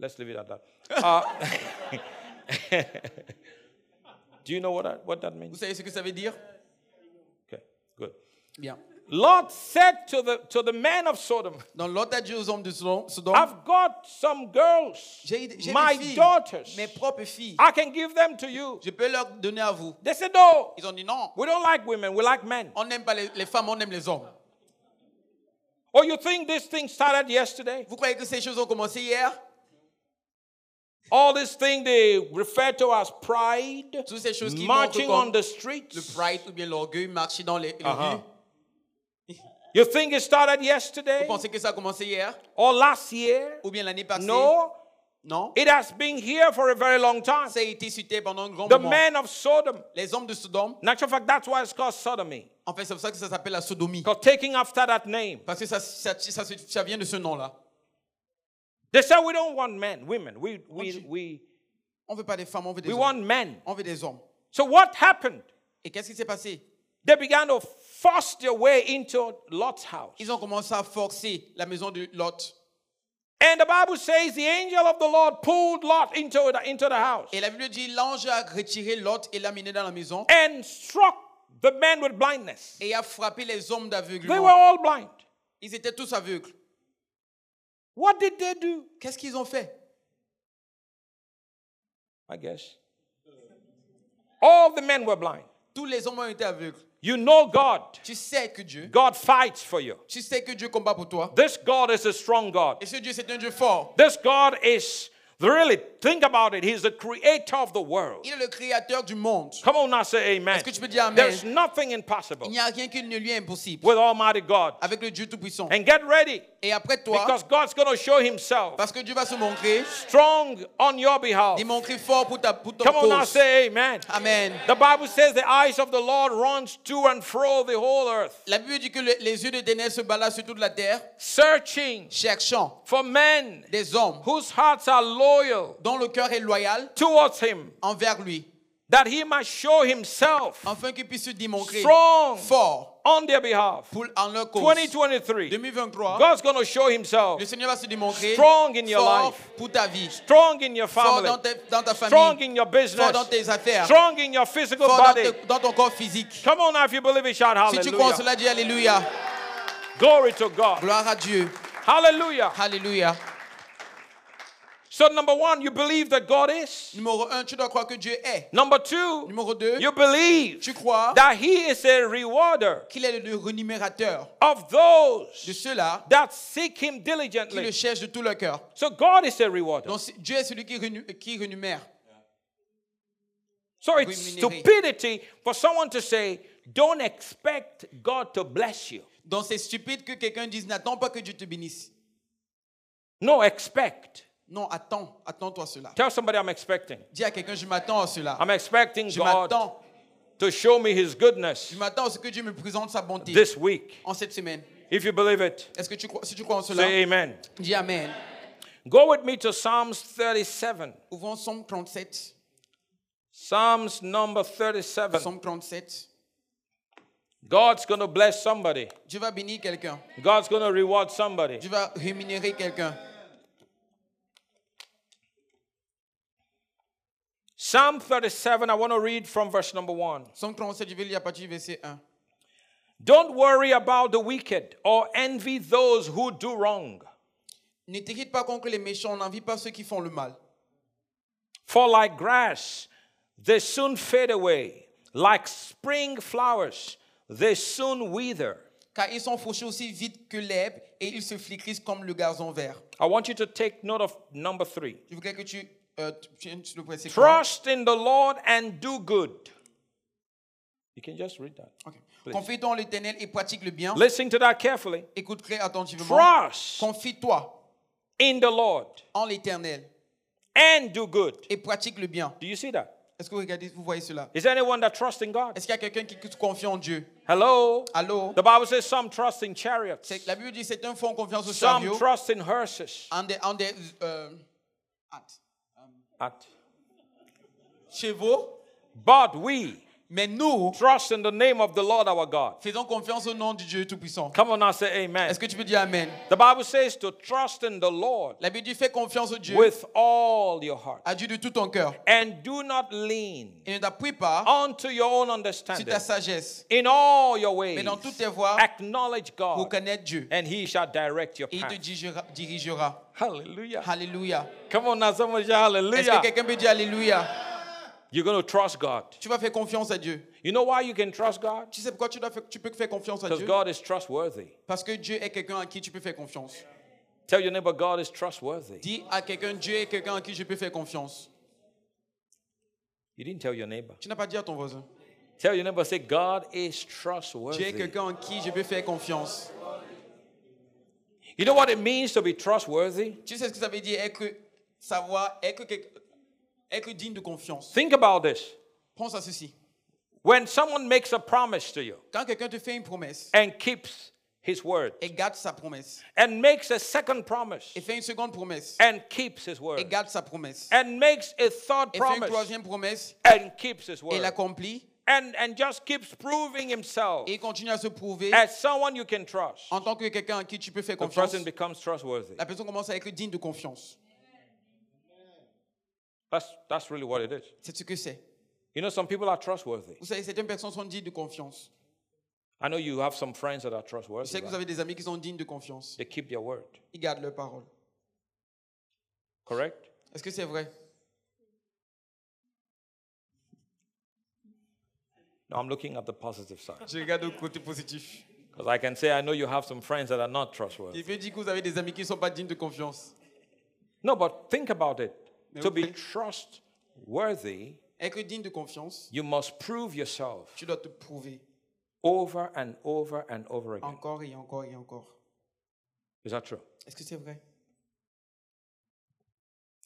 Let's leave it at
[laughs]
that. Uh, [laughs] do you know what that, what that
Vous
means?
savez ce que ça veut dire
Okay, good.
Bien.
Lot said to the, to the men of Sodom,
Dans Lot a dit aux hommes de Sodome, Sodome,
I've got some girls,
j'ai j'ai des
my
filles,
daughters.
mes propres filles.
I can give them to you.
Je peux leur donner à vous.
They said, No,
Ils ont dit non.
we don't like women, we like men.
On n'aime pas les, les femmes, on aime les hommes.
Oh, you think this thing started yesterday?
Vous croyez que ces choses ont commencé hier
All this thing they refer to as pride,
Toutes ces choses qui
marching
montrent
on
comme
the
Le
streets.
pride ou bien l'orgueil, marcher dans les,
[laughs]
les
Uh-huh.
rues.
You think it started yesterday
Vous pensez que ça a commencé hier
or last year?
ou bien l'année passée
No,
Non.
It has been here for a very long time.
Ça a été cité pendant un grand
The
moment.
men of Sodom.
Les hommes de Sodome,
In actual fact, that's why it's called sodomy.
en fait, c'est pour ça que ça s'appelle la sodomie.
Because taking after that name.
Parce que ça, ça, ça, se- ça vient de ce nom-là.
They said we don't want men, women. We
Want
we
you-
we,
On veut pas des femmes, on veut des
we
hommes.
want men.
On veut des hommes.
So what happened?
Et qu'est-ce qui s'est passé
They began to force their way into Lot's house.
Ils ont commencé à forcer la maison de Lot.
And the Bible says the angel of the Lord pulled Lot into the, into the house
Et la Bible dit l'ange a retiré Lot et l'a mené dans la maison
and struck the men with blindness.
et a frappé les hommes
They were
d'aveuglement.
all blind.
Ils étaient tous aveugles.
What did they do?
Qu'est-ce qu'ils ont fait
I guess. All the men were blind.
Tous les hommes ont été aveugles.
You know God.
Tu sais que Dieu,
God fights for you.
tu sais que Dieu combat pour toi.
This God is a strong God.
Et ce Dieu, c'est un Dieu fort.
This God is really think about it. He's the creator of the world.
Il est le créateur du monde.
Come on now, say amen.
Est-ce que tu peux dire amen?
There's nothing
Il
impossible
n'y a rien qui ne lui est impossible.
with Almighty God.
Avec le Dieu Tout-Puissant.
And get ready
Et après toi,
because God's going to show Himself
parce que Dieu va se montrer,
strong on your behalf.
il montrer fort pour, ta, pour ton
Come on now,
cause.
say amen.
Amen.
The Bible says the eyes of the Lord runs to and fro the whole earth,
La Bible dit que le- les yeux de Ténèbres se baladent sur toute la terre,
searching
cherchant
for men
des hommes
whose hearts are loyal
dont le cœur est loyal
towards Him,
envers lui,
that He might show Himself
afin qu'ils puissent se démontrer
Strong.
fort
on their behalf.
pour, en leur cause.
2023,
2023,
God's going to show Himself
le Seigneur va se démontrer
Strong in your
fort
life.
pour ta vie,
strong in your
fort
family,
dans ta, dans ta
strong
famille,
in your
fort dans
business,
tes affaires, fort
strong in your physical
dans,
body.
te- dans ton corps physique.
Come on now, if you believe it, shout
Si tu crois en
hallelujah.
cela, dis Alléluia.
Glory to God.
Gloire à Dieu.
Hallelujah.
Alléluia.
So, number one, you believe that God is.
Numéro 1, tu dois croire que Dieu est.
Number two,
Numéro 2,
you believe
tu crois
that He is a rewarder
qu'il est le rémunérateur
of
de
those
ceux-là
that seek Him
qui le
diligently.
cherchent de tout leur cœur.
So, God is a rewarder.
Donc c'est- Dieu est celui qui, rénu- qui rémunère.
So, it's stupidity for someone to say, don't expect God to bless you.
Donc c'est stupide que quelqu'un dise n'attends pas que Dieu te bénisse.
No, expect.
Non, attends, attends-toi cela.
Tell somebody I'm expecting.
Dis à quelqu'un je m'attends à cela.
I'm expecting
Je
God
m'attends,
to show me His goodness
je m'attends à ce que Dieu me présente sa bonté
this week.
en cette semaine.
If you believe it,
Est-ce que tu crois, si tu crois en cela,
say amen.
dis amen.
Go with me to Psalms 37.
Ouvrons Somme 37.
Psalms number 37.
Somme 37.
God's going to bless somebody.
Dieu va bénir quelqu'un.
God's going to reward somebody.
Dieu va rémunérer quelqu'un.
Psalm 37, I want to read from verse number 1.
Somme 37, je vais lire à partir du verset 1.
Don't worry about the wicked or envy those who do wrong,
Ne t'irrite pas contre les méchants, n'envie pas ceux qui font le mal.
for like grass, they soon fade away. Like spring flowers, they soon wither.
car ils sont fauchés aussi vite que l'herbe et ils se flétrissent comme le gazon vert.
I want you to take note of number 3.
Je voudrais que tu, euh, tu- tu- tu le prennes, c'est quoi
Trust in the Lord and do good. You can just read that.
Ok. Confie toi en l'éternel et pratique le bien.
Listen to that carefully.
Écoute très attentivement.
Trust
Confie-toi
in the Lord
en l'éternel
and do good.
et pratique le bien.
Do you see that?
Est-ce que vous, regardez, vous voyez cela
Is there anyone that trusts in God?
Est-ce qu'il y a quelqu'un qui confie en Dieu
Hello?
Allô
The Bible says some trust in chariots,
C'est- La Bible dit c'est un fond confiance au
some
chariot.
trust in horses.
En des, en des euh, hâte.
At-
chevaux.
But we
Mais nous
trust in the name of the Lord our God.
faisons confiance au nom du Dieu Tout-Puissant.
Come on now, say amen.
Est-ce que tu peux dire Amen
The Bible says to trust in the Lord
La Bible dit fais confiance au Dieu,
with all your heart
à Dieu de tout ton cœur.
and do not lean
et ne t'appuie pas
onto your own
sur
understanding.
ta sagesse,
In all your
mais
ways,
dans toutes tes voies,
acknowledge
pour
God,
connaître Dieu.
and He shall direct your
Et il te
path.
dirigera. dirigera.
Hallelujah.
Alléluia.
Come on now, somebody shout
Est-ce que
hallelujah.
quelqu'un peut dire Alléluia
You're going to trust God.
Tu vas faire confiance à Dieu.
You know why you can trust God?
Tu sais pourquoi tu, dois faire- tu peux faire confiance à
Because
Dieu
God is trustworthy.
Parce que Dieu est quelqu'un à qui tu peux faire confiance.
Tell your neighbor, God is trustworthy.
Dis à quelqu'un, Dieu est quelqu'un à qui je peux faire confiance.
You didn't tell your neighbor.
Tu n'as pas dit à ton voisin,
Tell your neighbor, say, God is
Dieu est
trustworthy.
quelqu'un en qui je peux faire confiance.
You know what it means to be trustworthy?
Tu sais ce que ça veut dire être savoir être, quelque- être digne de confiance.
Think about this.
Pense à ceci.
When someone makes a promise to you
Quand quelqu'un te fait une promesse
and keeps his word,
et garde sa promesse,
and makes a second promise
et fait une seconde promesse
and keeps his
et
word,
garde sa promesse,
and makes a third
et fait une
promise
troisième promesse
and keeps his
et
word,
l'accomplit,
and, and just keeps proving himself
et il continue à se prouver
as someone you can trust,
en tant que quelqu'un à qui tu peux faire
the
confiance,
person becomes trustworthy.
la personne commence à être digne de confiance.
That's, that's really what it is.
C'est ce que c'est.
You know, some people are trustworthy.
Vous savez, certaines personnes sont dignes de confiance.
I know you have some friends that are
Je sais
trustworthy.
que vous
right?
avez des amis qui sont dignes de confiance.
They keep their word,
Ils gardent leur parole.
correct?
Est-ce que c'est vrai
No, I'm looking at the positive side.
Je regarde le côté positif.
Because I can say, I know you have some friends that are not trustworthy.
Il veut dire que vous avez des amis qui ne sont pas dignes de confiance.
No, but think about it.
Mais
To
vous
be
prenez-
trustworthy,
Être digne de confiance,
you must prove yourself
tu dois te prouver
over and over and over again.
encore et encore et encore.
Is that true?
Est-ce que c'est vrai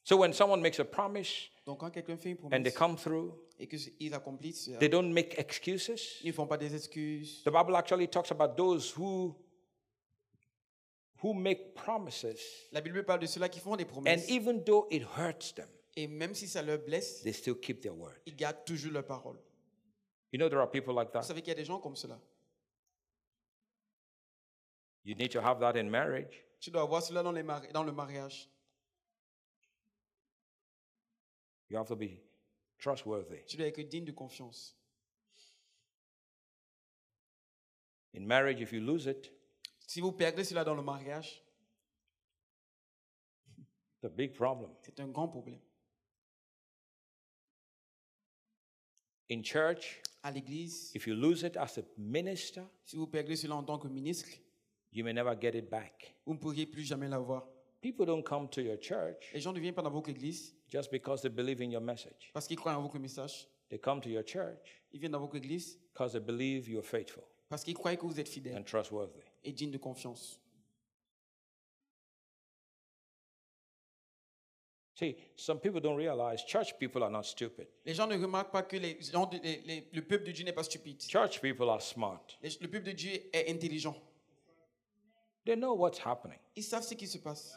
So when someone makes a promise
Donc quand quelqu'un fait une promesse
and they come through,
et qu'ils accomplissent, cela,
they don't make excuses.
ils ne font pas des excuses.
The Bible actually talks about those who who make promises
La Bible parle de ceux-là qui font des
and
promesses
even though it hurts them,
et même si ça leur blesse,
they still keep their word.
ils gardent toujours leur parole.
You know there are people like
Vous
that.
savez qu'il y a des gens comme cela.
You need to have that in marriage.
Tu dois avoir cela dans, les mari- dans le mariage.
You have to be trustworthy.
Tu dois être digne de confiance.
In marriage if you lose it,
Si vous perdez cela dans le mariage,
it's a big problem.
c'est un grand problème.
In church,
À l'église,
if you lose it as a minister,
si vous perdez cela en tant que ministre,
you may never get it back.
vous ne pourrez plus jamais l'avoir.
People don't come to your church
Les gens ne viennent pas dans votre église
just because they believe in your message.
parce qu'ils croient en votre message.
They come to your church
Ils viennent dans votre église
because they believe you're faithful
parce qu'ils croient que vous êtes fidèle
and trustworthy.
et digne de confiance.
See, some people don't realize church people are not stupid.
Les gens ne remarquent pas que les gens de- les- les- le peuple de Dieu n'est pas stupide.
Church people are smart.
Les- le peuple de Dieu est intelligent.
They know what's happening.
Ils savent ce qui se passe.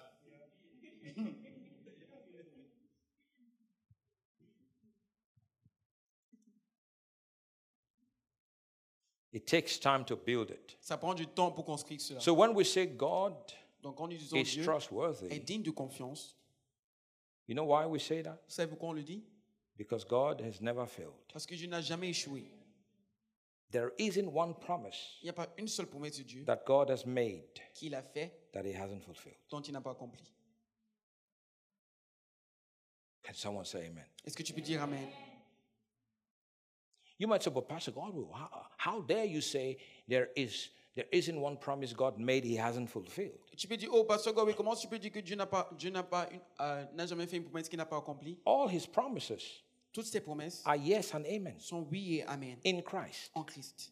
It takes time to build it.
Ça prend du temps pour construire cela.
So when we say God
Donc quand nous disons
is
Dieu est
trustworthy,
digne de confiance,
you know why we say that?
vous savez pourquoi on le dit
Because God has never failed.
Parce que Dieu n'a jamais échoué.
There isn't one promise
Il n'y a pas une seule promesse de Dieu
that God has made
qu'il a fait
that He hasn't fulfilled.
dont il n'a pas accompli.
Can someone say amen?
Est-ce que tu peux dire Amen
You might say, but Pastor God, how, how dare you say there is there isn't one promise God made He hasn't fulfilled?
Tu peux dire, oh, pasteur Gowé, comment tu peux dire que Dieu n'a pas, Dieu n'a pas, une- euh, n'a jamais fait une promesse qu'il n'a pas accomplie
All His promises
Toutes ces promesses
are yes and amen
sont oui et amen
in Christ.
en Christ.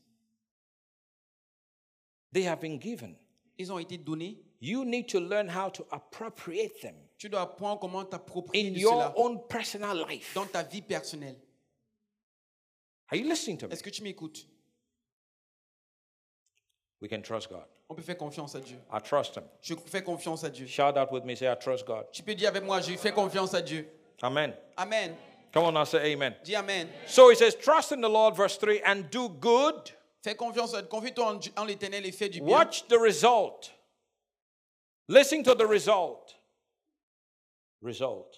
They have been given.
Ils ont été donnés.
You need to learn how to appropriate them
Tu dois apprendre comment t'approprier
in
de
your
cela
own personal life.
dans ta vie personnelle.
Are you listening to me?
Est-ce que tu m'écoutes
We can trust God.
On peut faire confiance à Dieu.
I trust Him.
Je fais confiance à Dieu.
Shout out with me, say, I trust God.
Tu peux dire avec moi, je fais confiance à Dieu.
Amen.
Amen.
Come on now, say amen.
Dis Amen.
So he says, Trust in the Lord, verse 3, and do good.
Fais confiance, à- confie-toi en, Dieu- en l'éternel et fais du bien.
Watch the result. Listen to the result. Result.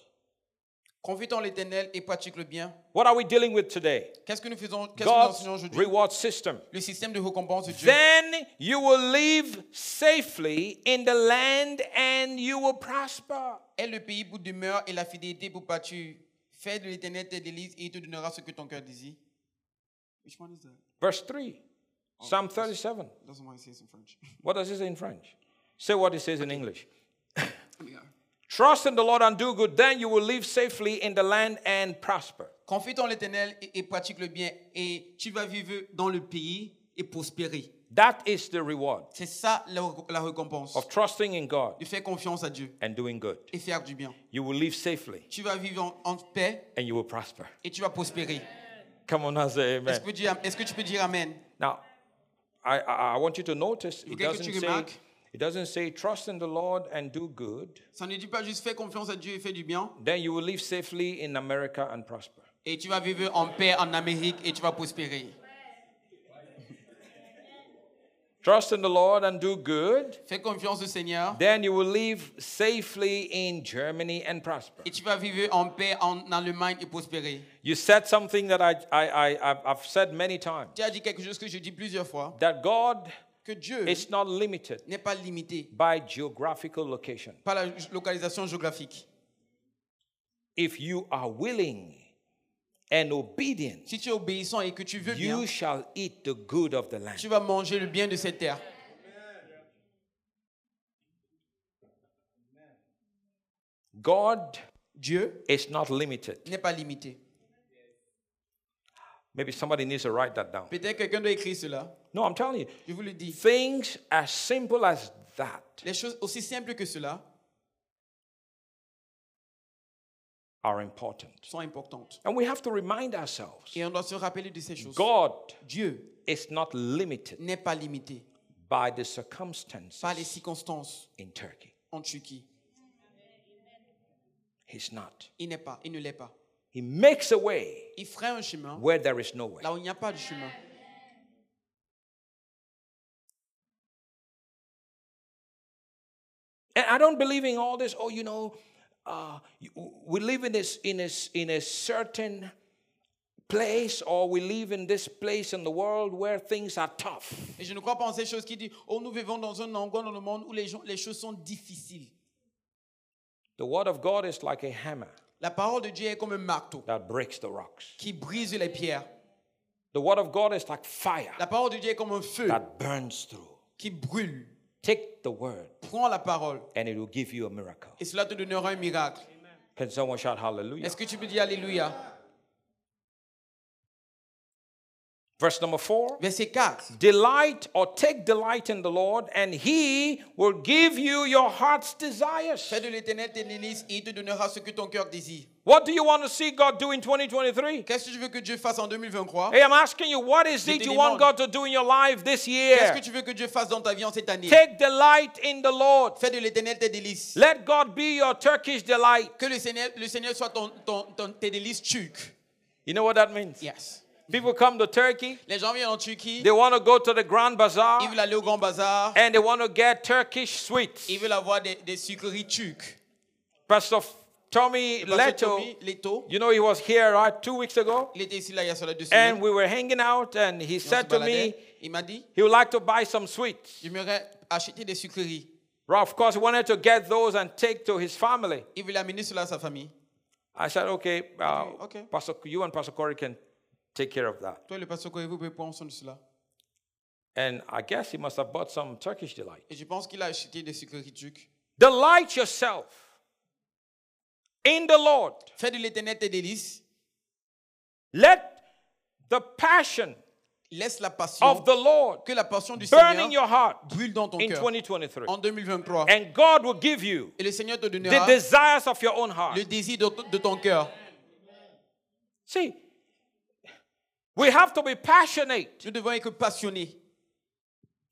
Confie-toi en l'éternel et pratique le bien.
What are we dealing with today?
Qu'est-ce que nous faisons, qu'est-ce que nous
God's
enseignons aujourd'hui
reward system.
Le système de récompense de Dieu.
Then you will live safely in the land and you will prosper.
est le pays pour demeure et la fidélité pour pâture. Fais de l'éternel tes délices et il te donnera ce que ton cœur désire. Which one is that?
Verse 3, Psalm 37.
That's the one it says in French.
What does it say in French? Say what it says in English.
Yeah.
Trust in the Lord and do good, then you will live safely in the land and prosper.
Confie-toi en l'éternel et, et pratique le bien et tu vas vivre dans le pays et prospérer.
That is the reward
C'est ça la, la récompense.
of trusting in God
De faire confiance à Dieu
and doing good.
et faire du bien.
You will live safely
Tu vas vivre en, en paix
and you will prosper.
et tu vas prospérer.
Come on now, say
Est-ce
amen.
que, tu- est-ce que tu peux dire Amen
Now, I, I I want you to notice it
voudrais que
doesn't
tu
say
remarques-
it doesn't say trust in the Lord and do good.
Ça ne dit pas juste fais confiance à Dieu et fais du bien.
Then you will live safely in America and prosper.
Et tu vas vivre en paix en Amérique et tu vas prospérer.
Trust in the Lord and do good.
Fais confiance au Seigneur
Then you will live safely in Germany and prosper.
et tu vas vivre en paix en Allemagne et prospérer.
You said something that I, I, I, I've- I've said many times
Tu as dit quelque chose que je dis plusieurs fois,
that God
que Dieu
is not limited
n'est pas limité
by geographical location.
par la localisation géographique.
If you are willing and obedient,
Si tu es obéissant et que tu veux bien,
you shall eat the good of the land.
tu vas manger le bien de cette terre.
God
Dieu
is not limited.
n'est pas limité.
Maybe somebody needs to write that down.
Peut-être quelqu'un doit écrire cela.
No, I'm telling you,
Je vous le dis.
things as simple as that
Les choses aussi simples que cela
are important.
sont importantes.
And we have to remind ourselves
Et on doit se rappeler de ces choses.
God
Dieu
is not limited
n'est pas limité
by the
par les
circumstances
circonstances
in Turkey.
en Turquie.
He's not.
Il n'est pas, il ne l'est pas.
He makes a way
Il ferait un chemin
where there is no way.
là où il n'y a pas de chemin.
And I don't believe in all this. Oh, you know, uh, you- we live in this in this in a certain place, or we live in this place in the world where things are tough.
Et je ne crois pas en ces choses qui disent Oh, nous vivons dans un endroit dans le monde où les, gens- les choses sont difficiles.
The word of God is like a hammer
La parole de Dieu est comme un marteau
that breaks the rocks.
qui brise les pierres.
The word of God is like fire
La parole de Dieu est comme un feu
that burns through.
qui brûle.
Take the word,
Prends la parole
and it will give you a miracle.
et cela te donnera un miracle.
Can someone shout hallelujah?
Est-ce que tu peux dire Alléluia
Verse number four.
Verset 4.
Delight or take delight in the Lord, and He will give you your heart's desires.
Fais de l'éternel tes délices et il te donnera ce que ton cœur désire.
What do you want to see God do in 2023?
Qu'est-ce que tu veux que Dieu fasse en 2023
Hey, I'm asking you, what is
Je
it
te
you want God
demande.
to do in your life this
Qu'est-ce
year?
que tu veux que Dieu fasse dans ta vie en cette année
Take delight in the Lord.
Fais de l'éternel tes délices.
Let God be your Turkish delight.
Que le Seigneur, le Seigneur soit ton, ton, ton- tes délices turcs.
You know what that means?
Yes.
People come to Turkey,
Les gens viennent en Turquie,
they want to go to the Grand
ils
Bazaar,
veulent aller au Grand Bazar,
and they want to get Turkish sweets.
ils veulent avoir des, des sucreries turques.
Pastor Tommy
Parce que
Leto,
Tommy Leto,
you know, he was here right two weeks ago,
il était ici là il y a cela deux semaines.
and we were hanging out, and he
On se
said to me,
baladait. il m'a dit,
he would like to buy some sweets.
j'aimerais acheter des sucreries.
Well, of course, he wanted to get those and take to his family.
Il veut l'amener cela à sa famille.
I said, okay, uh,
okay.
Pastor, you and Pastor Corey can take care of that.
Toi, le pasteur Corey, vous pouvez prendre soin de cela.
And I guess he must have bought some Turkish delight.
Et je pense qu'il a acheté des sucreries turques.
Delight yourself in the Lord.
Fais de l'éternel tes délices.
Let the passion
Laisse la passion,
of the Lord
que la passion du
burn in
Seigneur
your heart
brûle dans ton
in
cœur
2023.
en 2023.
And God will give you
Et le Seigneur te
the
donnera
desires of your own
le
heart.
désir de, de ton cœur.
See, we have to be passionate
Nous devons être passionnés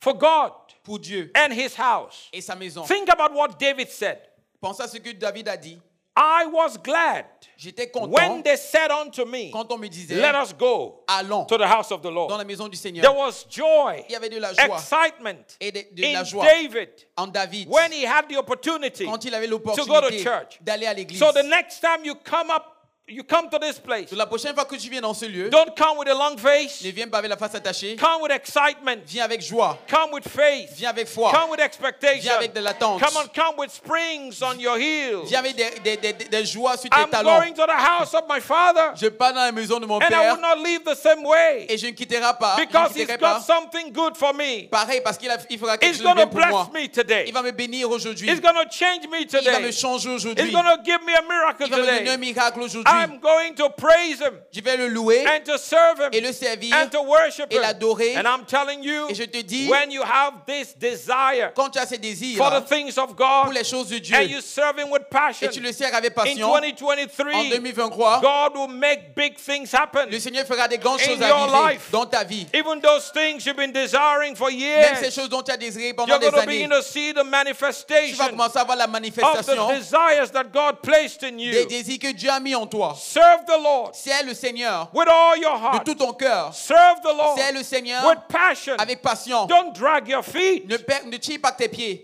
for God
pour Dieu
and his house.
et sa maison.
Think about what David said.
Pense à ce que David a dit.
I was glad
J'étais content
when they said unto me,
quand on me disait
Let us go
allons
to the house of the
dans la
Lord.
maison du
There
Seigneur.
was joy,
Il y avait de la joie
excitement
et de, de la
in
joie
David
en David
when he had the opportunity.
quand il avait
go to
l'opportunité
church.
d'aller à l'église.
So the next time you come up, you come to this place,
Donc, la prochaine fois que tu viens dans ce lieu,
don't come with a long
ne
face,
viens pas avec la face attachée.
come with excitement,
Viens avec joie.
come with faith,
Viens avec foi.
come with expectation,
Viens avec de l'attente.
come on, come with springs on your heels.
Viens avec des, des, des, des- des joies sur tes
I'm
talons.
going to the house of my father,
Je pars dans la maison de mon
and I
père
will not leave the same way.
et je ne quitterai pas. Je ne
Because he's
quitterai
got
pas.
something good for me.
Pareil, parce qu'il a- il fera quelque
He's
chose de
going
bien
to
pour
bless
moi.
me
Il
today.
va me bénir aujourd'hui.
He's going to change me
Il va me
today.
changer
He's
aujourd'hui.
going to give me a miracle
Il va me donner un
today.
miracle aujourd'hui.
I'm going to praise him
Je vais le louer
and to serve him
et le servir.
and to worship
et
him.
l'adorer.
And I'm telling you,
Et je te dis,
when you have this desire
quand tu as ces désirs
for the things of God
pour les choses de Dieu
and you serve him with
et
passion,
tu le sers avec
in
passion, en
2023,
2023,
God will make big things
le
happen.
Seigneur fera des grandes
in
choses
your
à vivre
life.
dans ta vie.
Even those things you've been desiring for
Même ces
years,
choses dont tu as désiré pendant
you're
des
going to
années,
begin to see the
tu vas
manifestation
commencer à voir la
of the
manifestation
desires that God placed in
des
you.
désirs que Dieu a mis en toi.
Serve the Lord
C'est le Seigneur
with all your
de
heart.
tout ton cœur.
Serve the Lord
Sers le Seigneur
with passion.
avec passion.
Don't drag your feet,
Ne, per- ne tire pas tes pieds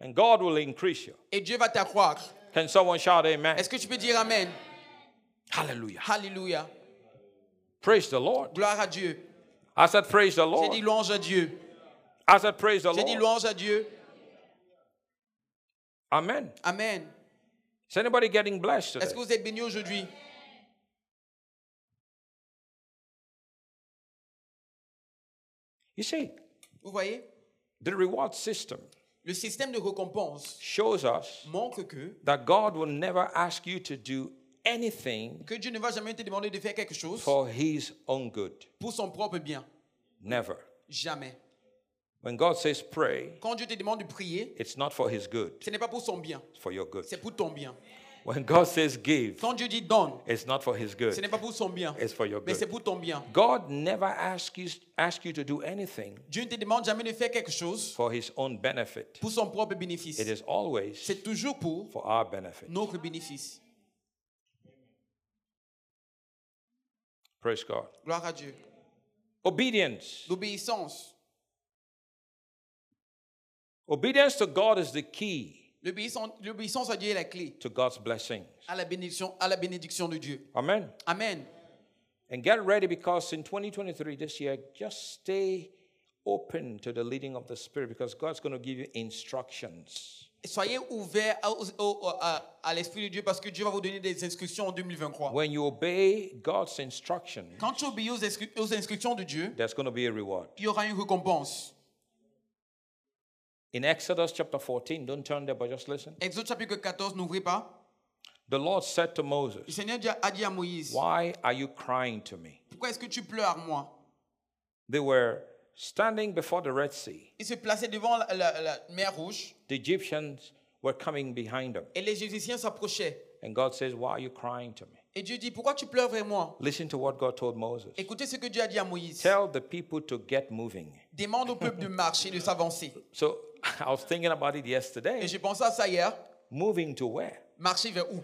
and God will increase you.
et Dieu va t'accroître.
Can someone shout amen?
Est-ce que tu peux dire Amen?
Hallelujah.
Alléluia.
Praise the Lord.
Gloire à Dieu.
I said, Praise the
J'ai dit
Lord.
louange à Dieu.
I said, Praise the
J'ai dit
Lord.
louange à Dieu.
Amen.
Amen.
Is anybody getting blessed
Est-ce
today?
que vous êtes bénis aujourd'hui?
You see,
Vous voyez,
the reward system
le système de récompense
shows us
montre que,
that God will never ask you to do anything
que Dieu ne va jamais te demander de faire quelque chose
for his own good.
pour son propre bien.
Never.
Jamais.
When God says pray,
Quand Dieu te demande de prier,
it's not for his good,
ce n'est pas pour son bien,
it's for your good.
c'est pour ton bien.
When God says give,
Quand Dieu dit donne,
it's not for his
ce
good,
n'est pas pour son bien,
it's for your
mais c'est
good.
pour ton bien.
God never asks you, ask you to do anything
Dieu ne te demande jamais de faire quelque chose
for his own benefit.
pour son propre bénéfice.
It is always
C'est toujours pour
for our benefit.
notre bénéfice.
Praise God.
Gloire à Dieu.
Obedience.
L'obéissance.
Obedience to God is the key
L'obéissance l'obéissance à Dieu est la clé
to God's blessings.
à la bénédiction, à la bénédiction de Dieu.
Amen.
Amen.
And get ready because in 2023, this year, just stay open to the leading of the Spirit because God's going to give you instructions.
Soyez ouverts à, aux- aux- à- à l'Esprit de Dieu parce que Dieu va vous donner des instructions en 2023.
When you obey God's instruction,
Quand tu obéis aux, inscri- aux instructions de Dieu,
there's going to be a reward.
il y aura une récompense.
In Exodus chapter 14, don't turn there, but just listen.
Exode chapitre 14, n'ouvrez pas.
The Lord said to
Le
Moses,
Seigneur dit- a dit à Moïse,
Why are you crying to me?
pourquoi est-ce que tu pleures, moi
They were standing before the Red Sea.
Il se plaçait devant la, la- la mer rouge
The Egyptians were coming behind them.
et les Égyptiens s'approchaient.
And God says, Why are you crying to me?
Et Dieu dit, pourquoi tu pleures vraiment
Listen to what God told Moses.
Écoutez ce que Dieu a dit à Moïse.
Tell the people to get moving.
Demande au peuple de marcher, de s'avancer.
So [laughs] I was thinking about it
Et
yesterday.
j'ai pensé à ça hier.
Moving to where?
Marcher vers où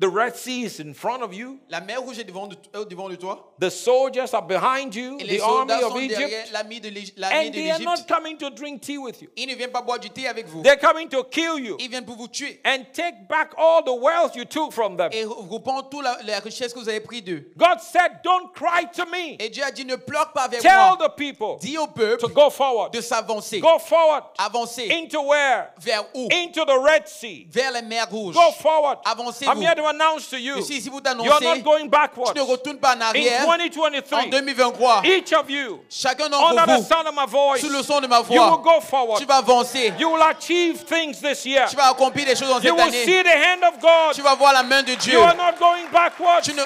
The Red Sea is in front of you.
La mer rouge est devant, de- euh, devant de toi.
The soldiers are behind you.
Et les
The army
soldats
of
sont
Egypt.
derrière l'ami de l'Ég- l'armée
And
de
they are not
l'Égypte.
coming to drink tea with you.
Ils ne viennent pas boire du thé avec vous.
They're coming to kill you
Ils viennent pour vous tuer
and take back all the wealth you took from them.
et re- reprendre toute la, la richesse que vous avez pris d'eux.
God said, Don't cry to me.
Et Dieu a dit, ne pleure pas avec
Tell
moi.
the people
Dis au
to
peuple
go forward.
de s'avancer.
Go forward.
Avancer.
Into where?
Vers où
Into the Red Sea.
Vers les mers rouges.
Go forward.
Avancez-vous.
I'm here to announce to you.
Je suis ici pour
You're
t'annoncer,
not going backwards.
tu ne retournes pas en
In
arrière. En
2023,
2023,
each of you,
chacun d'entre
under the
vous,
sound of my voice,
sous le son de ma
you will
voix,
go forward.
tu vas avancer.
You will achieve things this year.
Tu vas accomplir des choses dans
You
cette
will see
année.
the hand of God.
Tu vas voir la main de
You
Dieu.
are not going backwards.
Tu ne,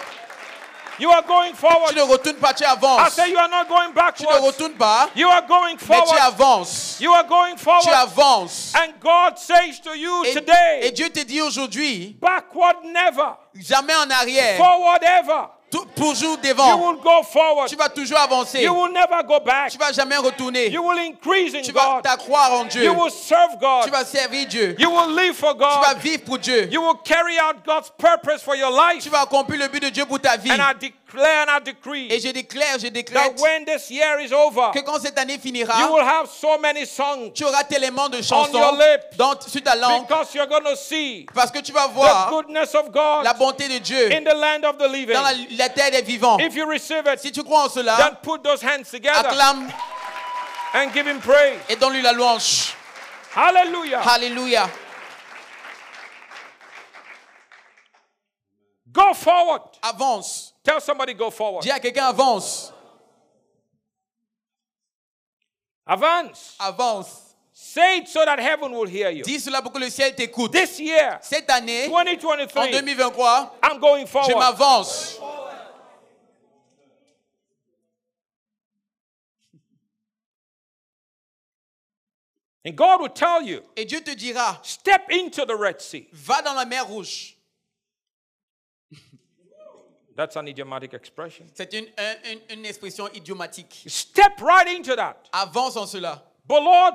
You are going
tu
forward.
ne retournes pas, tu
I
avances.
say you
Tu
are not going
ne
backwards.
retournes pas,
You are going
mais tu
forward.
avances.
You are going
Tu
forward.
avances.
And God says to you
Et, et
today,
Dieu te dit aujourd'hui,
backward never,
jamais en arrière,
forward ever.
tou- toujours
You
devant.
will go forward.
Tu vas toujours avancer.
You will never go back.
Tu vas jamais retourner.
You will increase in
Tu vas
God.
t'accroire en Dieu.
You will serve
Tu
God.
vas servir Dieu.
You will live for
Tu vas
God.
vivre pour Dieu.
You will carry out God's purpose for your life.
Tu vas accomplir le but de Dieu pour ta vie.
And I declare and I
Et
decree
je déclare, je déclare
that when this year is over,
que quand cette année
you
finira,
will have so many songs
tu auras tellement de
your
chansons
lips.
dans, sur ta langue
because you're going to see
parce que tu vas
the
voir
goodness of
la
God
bonté de Dieu
in the land of the living.
dans la, la terre des vivants.
If you receive it,
Si tu crois en
then
cela,
put those hands together
acclame
and give Him praise.
et donne-lui la louange.
Hallelujah.
Alléluia.
Go forward.
Avance.
Tell somebody, go forward.
Dis à quelqu'un avance.
Advance.
Avance.
Say it so that heaven will hear you.
Dis cela pour que le ciel t'écoute.
This year,
Cette année, en
2023,
2023,
I'm going
je
forward.
m'avance.
And God will tell you
Et Dieu te dira,
step into the Red Sea.
va dans la mer rouge.
That's an idiomatic expression.
C'est une, un- une- une expression idiomatique.
Step right into that.
Avance en cela.
But Lord,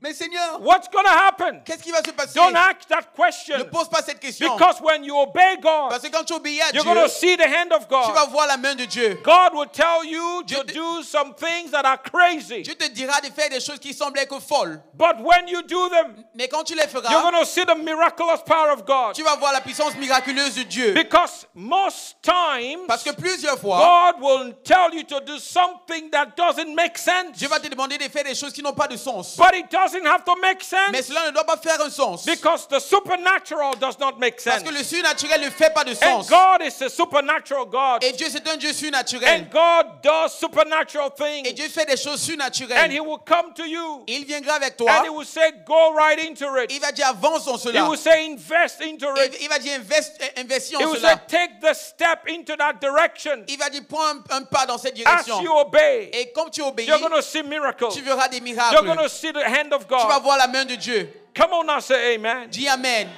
Mais Seigneur,
what's going to happen?
qu'est-ce qui va se passer
Don't
Ne
ask that question.
pose pas cette question.
Because when you obey God,
Parce que quand tu obéis à Dieu,
you're going to see the hand of
tu vas
God.
voir la main de Dieu.
God will tell you
Dieu
to
te-
do some things that are crazy.
Dieu te dira de faire des choses qui semblent être folles.
But when you do them,
Mais quand tu les
you're
feras,
going to see the miraculous power of God.
tu vas voir la puissance miraculeuse de Dieu.
Because most times,
Parce que plusieurs fois,
God will tell you to do something that doesn't make sense.
Dieu va te demander de faire des choses qui n'ont pas de sens.
But it doesn't have to make
Mais
sense
cela ne doit pas faire un sens.
because the supernatural does not make
Parce
sense.
que le surnaturel ne fait pas de
And
sens.
God is a supernatural God.
Et Dieu, c'est un Dieu
And
surnaturel.
God does supernatural
Et
things.
Dieu fait des choses
And He
surnaturelles.
will come to you
Et il viendra avec
and
toi.
He will say, Go right into
Il
it.
va dire avance en
He
cela.
will say, Invest into
Il,
it.
il va dire invest- euh, investis
He
en
will say,
cela.
Take the step into that direction.
Il va dire prends un, un pas dans cette
As
direction.
you obey,
Et comme tu obéis,
you're going to see miracles.
tu verras des
You're
miracles.
going to see the hand of
Tu vas
God.
voir la main de Dieu.
Come on now, say amen.
Dis Amen.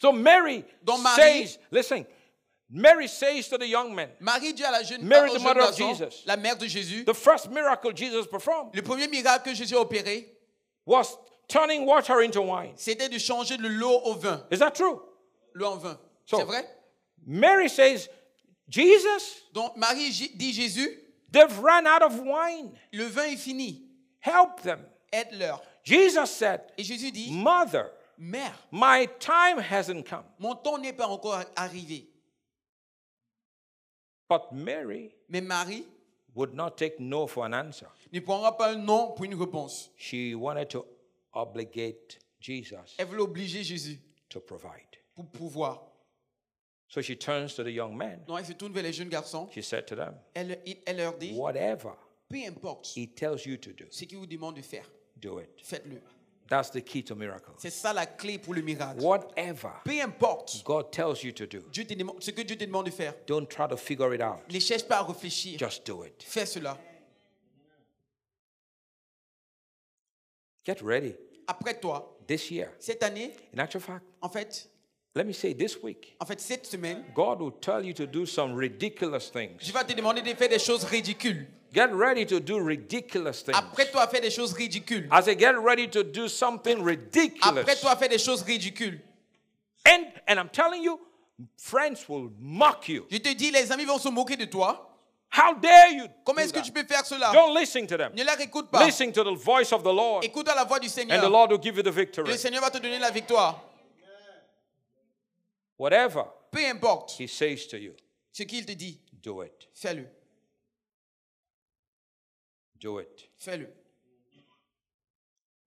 So Mary
Donc Marie-
says, Listen, Mary says to the young man,
Marie dit à la jeune
Mary,
au
the
jeune
mother of
garçon,
Jesus.
la mère de Jésus,
The first miracle Jesus performed
le premier miracle que Jésus a opéré,
was turning water into wine.
c'était de changer de l'eau au vin.
Is that true?
L'eau en vin.
So-
C'est vrai?
Mary says, Jesus,
Donc Marie J- dit Jésus,
they've run out of wine.
le vin est fini.
Help them.
Aide-leur.
Jesus said,
Et Jésus dit,
Mother,
mère,
my time hasn't come.
mon temps n'est pas encore arrivé.
But Mary
Mais Marie
would not take no for an answer.
ne prendra pas un non pour une réponse.
She wanted to obligate Jesus
Elle veut obliger Jésus
to provide.
pour pouvoir.
So she turns to the young men.
Non, elle se tourne vers les jeunes garçons.
She said to them,
Elle, il- elle leur dit,
Whatever
peu importe
he tells you to do,
ce qu'il vous demande de faire,
do it.
faites-le.
That's the key to miracles.
C'est ça la clé pour le miracle.
Whatever
Peu importe
God tells you to do,
Dieu te demande- ce que Dieu te demande de faire,
don't try to figure it out.
ne cherche pas à réfléchir.
Just do it.
Fais cela.
Get ready
Après toi,
this year.
cette année,
In actual fact,
en fait,
let me say this week,
en fait cette semaine,
God will tell you to do some ridiculous
je
things.
vais te demander de faire des choses ridicules.
Get ready to do ridiculous things.
Après toi, fais des choses ridicules.
I say, get ready to do something
Après
ridiculous.
toi, fais des choses ridicules.
And, and I'm telling you, friends will mock you.
Je te dis, les amis vont se moquer de toi.
How dare you? do
Comment est-ce que
that?
tu peux faire cela
Don't listen to them.
Ne leur écoute pas.
Listen to the voice of the Lord,
Écoute à la voix du
and the
Seigneur.
Lord will give you the
Le
victory.
Seigneur va te donner la victoire.
Whatever
Peu importe
He says to you,
ce qu'il te dit,
do it.
fais-le.
Do it.
Fais-le.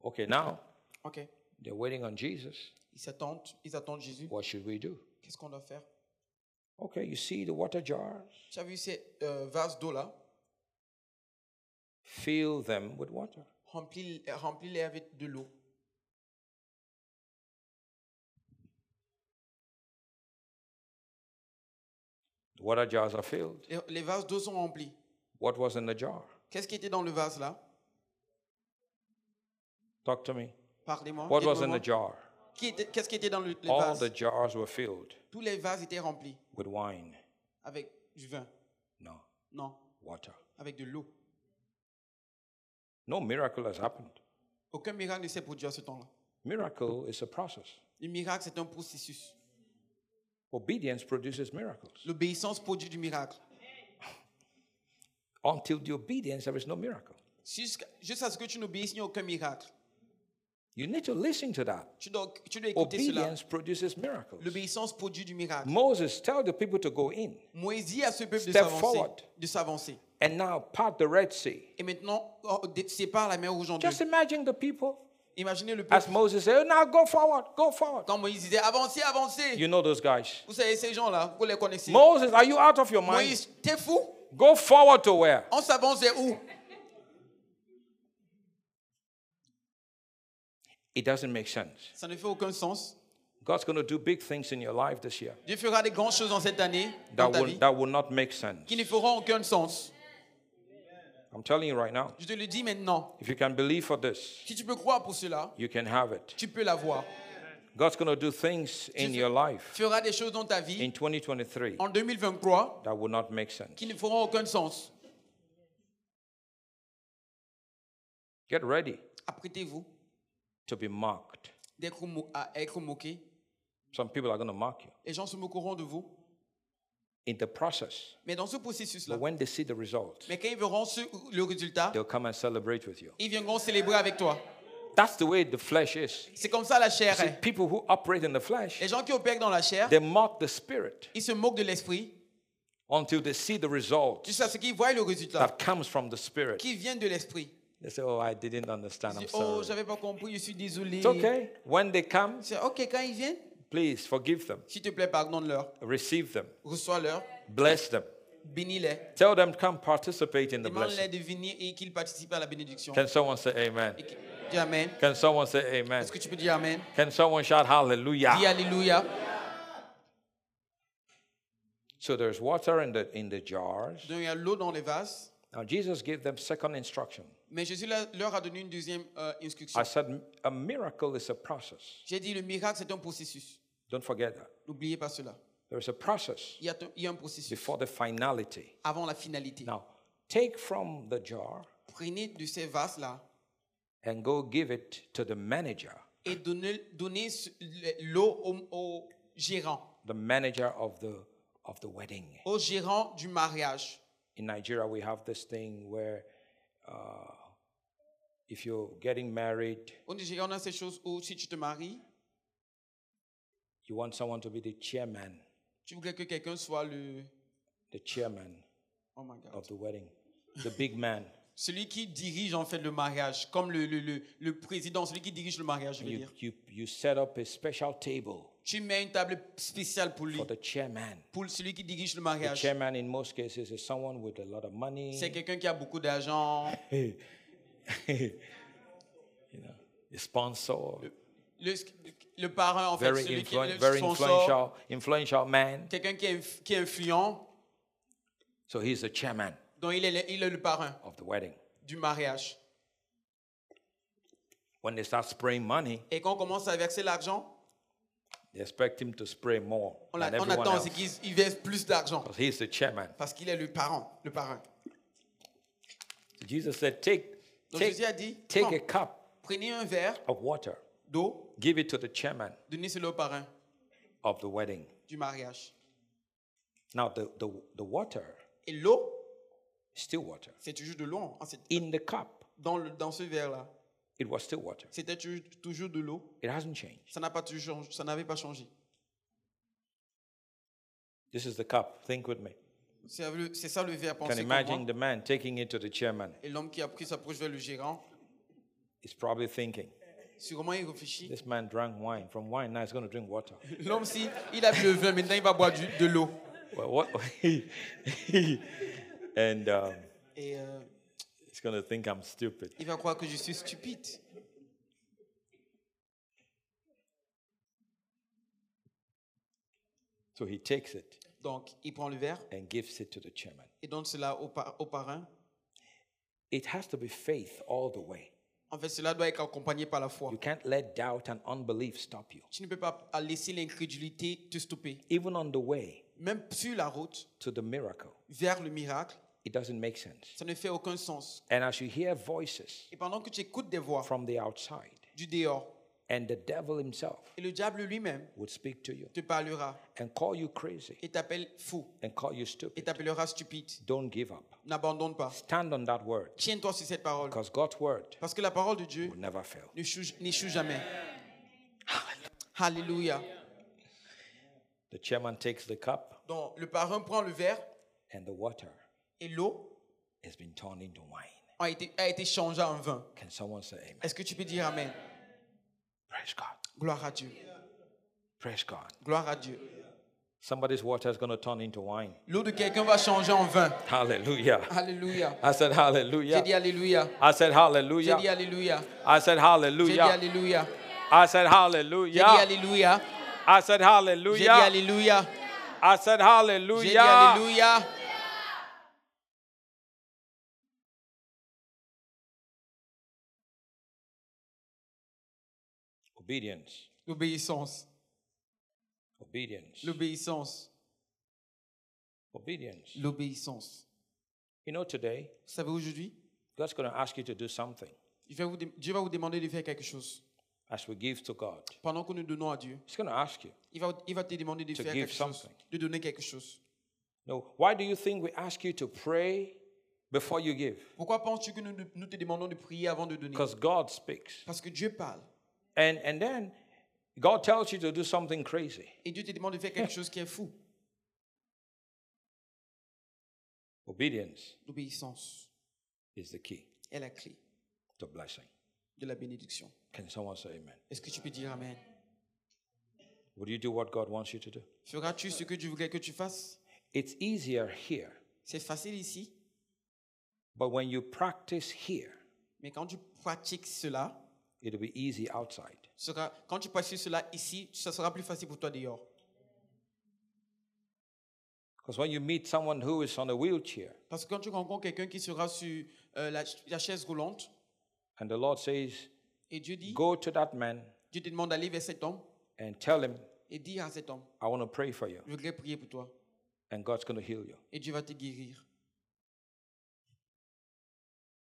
Okay, now
OK.
they're waiting on Jesus.
Ils s'attendent, ils attendent Jésus.
What should we do?
Qu'est-ce qu'on doit faire
Okay, you see the water jars?
Tu as vu ces euh, vases d'eau là
Fill them with water.
Remplis, euh, remplis-les avec de l'eau.
The water jars are filled.
Les, les vases d'eau sont remplis.
What was in the jar?
Qu'est-ce qui était dans le vase là
Talk to me.
Parlez-moi.
What was in
dites-moi-moi.
the jar?
Qui était- Qu'est-ce qui était dans le, le
All
vase
the jars were filled
Tous les vases étaient remplis
with wine.
avec du vin.
No,
Non,
water.
avec de l'eau.
No miracle has happened.
Aucun miracle ne s'est produit à ce temps-là.
Miracle is a process.
Le miracle, c'est un processus.
Obedience produces miracles.
L'obéissance produit du miracle.
Until the obedience, there is no miracle.
Jusqu'à- Juste à ce que tu n'obéisses, il n'y a aucun miracle.
You need to listen to that.
Tu dois, tu dois écouter cela.
Obedience produces miracles.
L'obéissance produit du miracle.
Moses tell the people to go in
Moïse dit à ce peuple de
Step
s'avancer,
forward.
de s'avancer.
and now part the Red Sea.
Et maintenant, oh, dé- sépare la mer aujourd'hui.
Just imagine the people
Imaginez le
as
peuple.
Moses said, "Oh, now go forward, go forward.
Quand Moïse disait avancez, avancez.
You know those guys.
Vous savez, ces gens-là, vous les connaissez.
Moses, are you out of your mind?
Moïse, t'es fou
Go forward to where?
On s'avance vers où
It doesn't make sense.
Ça ne fait aucun sens.
God's going to do big things in your life this year
Dieu fera des grandes choses en cette année,
that
dans ta
will,
vie,
that will not make sense.
qui ne feront aucun sens.
I'm telling you right now.
Je te le dis maintenant.
If you can believe for this,
Si tu peux croire pour cela,
you can have it.
tu peux l'avoir.
God's going to do things in
Dieu
your life
fera des choses dans ta vie
in 2023
en 2023
that will not make sense.
qui ne feront aucun sens.
Get ready
Apprêtez-vous
to be mocked.
d'être mo- à être moqué.
Some people are going to mock you
Les gens se moqueront de vous.
in the process.
Mais dans ce processus-là,
But when they see the results,
mais quand ils verront ce- le résultat,
they'll come and celebrate with you.
ils viendront célébrer avec toi.
That's the way the flesh is.
C'est comme ça la chair
See,
est.
people who operate in the flesh,
Les gens qui opèrent dans la chair,
they mock the spirit
ils se moquent de l'esprit
until they see the result
jusqu'à ce qu'ils voient le résultat
that comes from the spirit.
qui vient de l'esprit.
They say, Oh, I didn't understand. I'm
Dis, Oh,
sorry.
j'avais pas compris, je suis désolé.
It's okay. When they come,
C'est ok quand ils viennent.
please forgive them,
S'il te plaît, pardonne-leur,
receive them,
reçois-leur,
bless them.
bénis-les.
Tell them, come participate in the
Demande-les
blessing.
de venir et qu'ils participent à la bénédiction.
Can someone say amen?
Et que- Dis Amen.
Can someone say amen?
Est-ce que tu peux dire Amen?
Can someone shout
Dis
hallelujah?
Alléluia.
So there's water in the in the jars.
Donc, il y a l'eau dans les vases.
Now Jesus gave them second instruction.
Mais Jésus leur leur a donné une deuxième euh, instruction.
I said a miracle is a process.
J'ai dit le miracle, c'est un processus.
Don't forget that.
N'oubliez pas cela.
There is a process
Il y a, t- il y a un processus
before the finality.
avant la finalité.
Now take from the jar
Prenez de ces vases-là
and go give it to the manager,
et donnez, donnez ce- le- l'eau au, au gérant,
the manager of the of the wedding.
au gérant du mariage.
in Nigeria, we have this thing where uh, if you're getting married,
Au Nigeria, on a ces choses où si tu te maries,
you want someone to be the chairman,
tu voudrais que quelqu'un soit le...
the chairman
Oh my God.
of the wedding, the big man.
Celui qui dirige en fait le mariage, comme le, le, le, le président, celui qui dirige le mariage, je veux
You,
dire.
you, you set up a special table
Tu mets une table spéciale pour lui,
for the chairman.
pour celui qui dirige le
The
mariage.
chairman, in most cases, is someone with a lot of
C'est
money,
quelqu'un qui a beaucoup d'argent.
you know, a sponsor,
Le, le parrain, en fait,
very,
celui qui
influ-
est
very
le sponsor,
influential, influential man.
quelqu'un qui est, inf- qui est influent,
So he's the chairman
donc il est, le, il est le parrain
of the wedding.
du mariage.
When they start spraying money,
Et quand on commence à verser l'argent,
They expect him to spray more
on, l'a-
than
on
everyone
attend
else
c'est qu'il il verse plus d'argent
because he's the chairman.
parce qu'il est le parent, le parrain.
So Jesus said, "Take,
Donc
take,
Jésus a dit,
take
prends,
a cup
prenez un verre
of water,
d'eau,
give it to the chairman
donnez-le au parrain
of the wedding."
du mariage.
Now the the, the water
Et l'eau,
is still water
c'est toujours de l'eau. hein, c'est-
in the cup.
dans, le- dans ce verre-là,
It was still water.
c'était tu- toujours de l'eau.
It hasn't changed.
Ça n'a pas toujours, chang- ça n'avait pas changé.
This is the cup. Think with me.
C'est le- c'est ça le verre.
Can
Pensez comme
imagine
moi.
the man taking it to the chairman.
Et l'homme qui a pris s'approche vers le gérant.
He's probably thinking,
Sûrement, il réfléchit. [laughs]
"This man drank wine. From wine, now he's going to drink water." [laughs]
L'homme, si il a bu le vin, maintenant il va boire du- de l'eau.
well, what? [laughs] and um,
Et euh,
he's going to think I'm stupid.
il va croire que je suis stupide.
So he takes it
Donc, il prend le verre
and gives it to the chairman.
et donne cela au, par- au parrain.
It has to be faith all the way.
En fait, cela doit être accompagné par la foi.
You can't let doubt and unbelief stop you.
Tu ne peux pas laisser l'incrédulité te stopper.
Even on the way
Même sur la route
to the miracle,
vers le miracle,
it doesn't make sense.
ça ne fait aucun sens.
And as you hear voices
Et pendant que tu écoutes des voix
from the outside,
du dehors,
and the devil himself
et le diable lui-même
would speak to you
te parlera
and call you crazy
et t'appelle fou
and call you
et
stupid,
t'appellera stupide.
don't give up.
N'abandonne pas.
Stand on that word
Tiens-toi sur cette parole.
because God's word
Parce que la parole de Dieu
will never fail.
n'échoue n'échoue jamais. Alléluia.
The chairman takes the cup
Donc, le parrain prend le verre
and the water
et l'eau
has been turned into wine.
a été, a été changée en vin.
Can someone say amen?
Est-ce que tu peux dire Amen?
Praise God.
Gloire à Dieu.
Praise God.
Gloire à Dieu.
Somebody's water is going to turn into wine.
L'eau de quelqu'un va changer en vin.
Hallelujah.
Alléluia.
I said
J'ai
hallelujah.
dit Alléluia.
I said
J'ai dit
hallelujah.
Alléluia.
I said
J'ai dit
hallelujah.
Alléluia.
I said
J'ai dit
hallelujah.
Alléluia.
I said
J'ai dit
hallelujah.
Alléluia.
I said
J'ai dit
hallelujah.
Alléluia.
Obedience.
L'obéissance.
Obedience.
L'obéissance.
Obedience.
L'obéissance.
You know, today,
Vous savez, aujourd'hui,
God's going to ask you to do something
il va vous dé- Dieu va vous demander de faire quelque chose.
as we give to God.
Pendant que nous donnons à Dieu,
He's going to ask you.
il va, il va te demander de
To
faire
give
quelque chose.
something.
De donner quelque chose.
No, why do you think we ask you to pray before you give?
Pourquoi penses-tu que nous, nous te demandons de prier avant de donner
Because God speaks.
Parce que Dieu parle.
And, and then God tells you to do something crazy.
Et Dieu te demande de faire quelque chose qui est fou.
Obedience
L'obéissance
is the key
est la clé
to blessing.
de la bénédiction.
Can someone say amen?
Est-ce que tu peux dire Amen
Would you do what God wants you to do?
Feras-tu ce que Dieu voudrait que tu fasses
It's easier here,
C'est facile ici,
but when you practice here,
mais quand tu pratiques cela,
it'll be easy outside.
ce sera, quand tu pratiques cela ici, ça sera plus facile pour toi dehors.
Because when you meet someone who is on a wheelchair
Parce que quand tu rencontres quelqu'un qui sera sur euh, la, ch- la chaise roulante,
and the Lord says,
et Dieu dit,
Go to that man
Dieu te demande d'aller vers cet homme
and tell him,
et dire à cet homme,
I want to pray for you,
je voudrais prier pour toi.
and God's going to heal you.
Et Dieu va te guérir.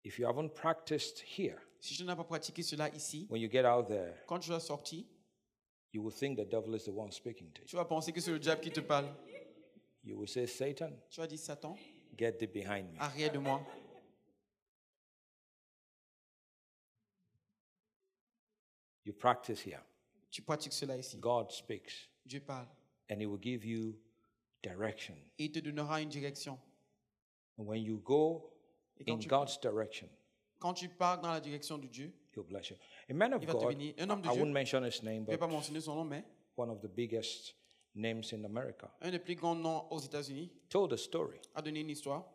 If you haven't practiced here,
Si tu n'as pas pratiqué cela ici,
when you get out there,
quand tu vas sortir,
you will think the devil is the one speaking to you.
tu vas penser que c'est le diable qui te parle.
You will say, Satan,
Tu vas dire, Satan,
get thee behind me.
arrière de moi.
You practice here.
Tu pratiques cela ici.
God speaks
Dieu parle.
and He will give you direction.
Et il te donnera une direction.
And when you go
Et quand
in
tu-
God's direction,
Quand tu pars dans la direction de Dieu,
He'll bless you. A man of
Il va te
God,
bénir.
I,
Un homme de
I
Dieu.
won't mention his name,
je ne vais
but
pas mentionner son nom, mais
one of the biggest names in America,
un des plus grands noms aux États-Unis
told a story.
a donné une histoire.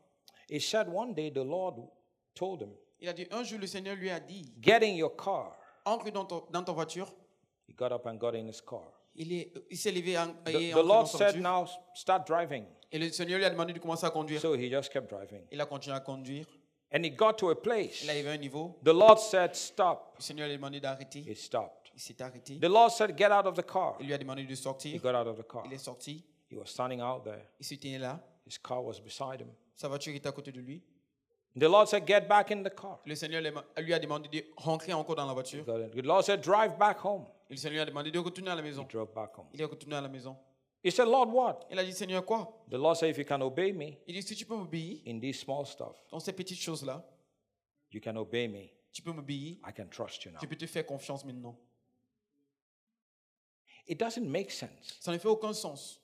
He said one day the Lord told him,
Il a dit un jour, le Seigneur lui a dit
Get in your car.
Entre dans, ton- dans ta voiture.
He got up and got in his car.
Il est- il s'est levé en-
The,
et est
the
entré dans
Lord
sa
said,
voiture.
Now start driving.
Et le Seigneur lui a demandé de commencer à conduire.
So he just kept driving.
Il a continué à conduire.
And he got to a place.
Il arrivé à un niveau.
The Lord said, Stop.
Le Seigneur lui a demandé d'arrêter.
He stopped.
Il s'est arrêté.
The Lord said, Get out of the car.
Il lui a demandé de
He
sortir.
got out of the car.
Il est sorti.
He was standing out there.
Il se tenait là.
His car was beside him.
Sa voiture était à côté de lui.
The Lord said, Get back in the car.
Le Seigneur lui a demandé de rentrer encore dans la voiture.
The Lord said, Drive back home.
Et le Seigneur lui a demandé de retourner à la
He
maison.
drove back home.
Il est retourné à la maison.
He said, Lord, what?
Il a dit Seigneur, quoi
The Lord said, If you can obey me
Il dit, si tu peux m'obéir
in these small stuff,
dans ces petites choses-là,
you can obey me.
tu peux m'obéir,
I can trust you now.
je peux te faire confiance maintenant.
It doesn't make sense,
Ça ne fait aucun sens,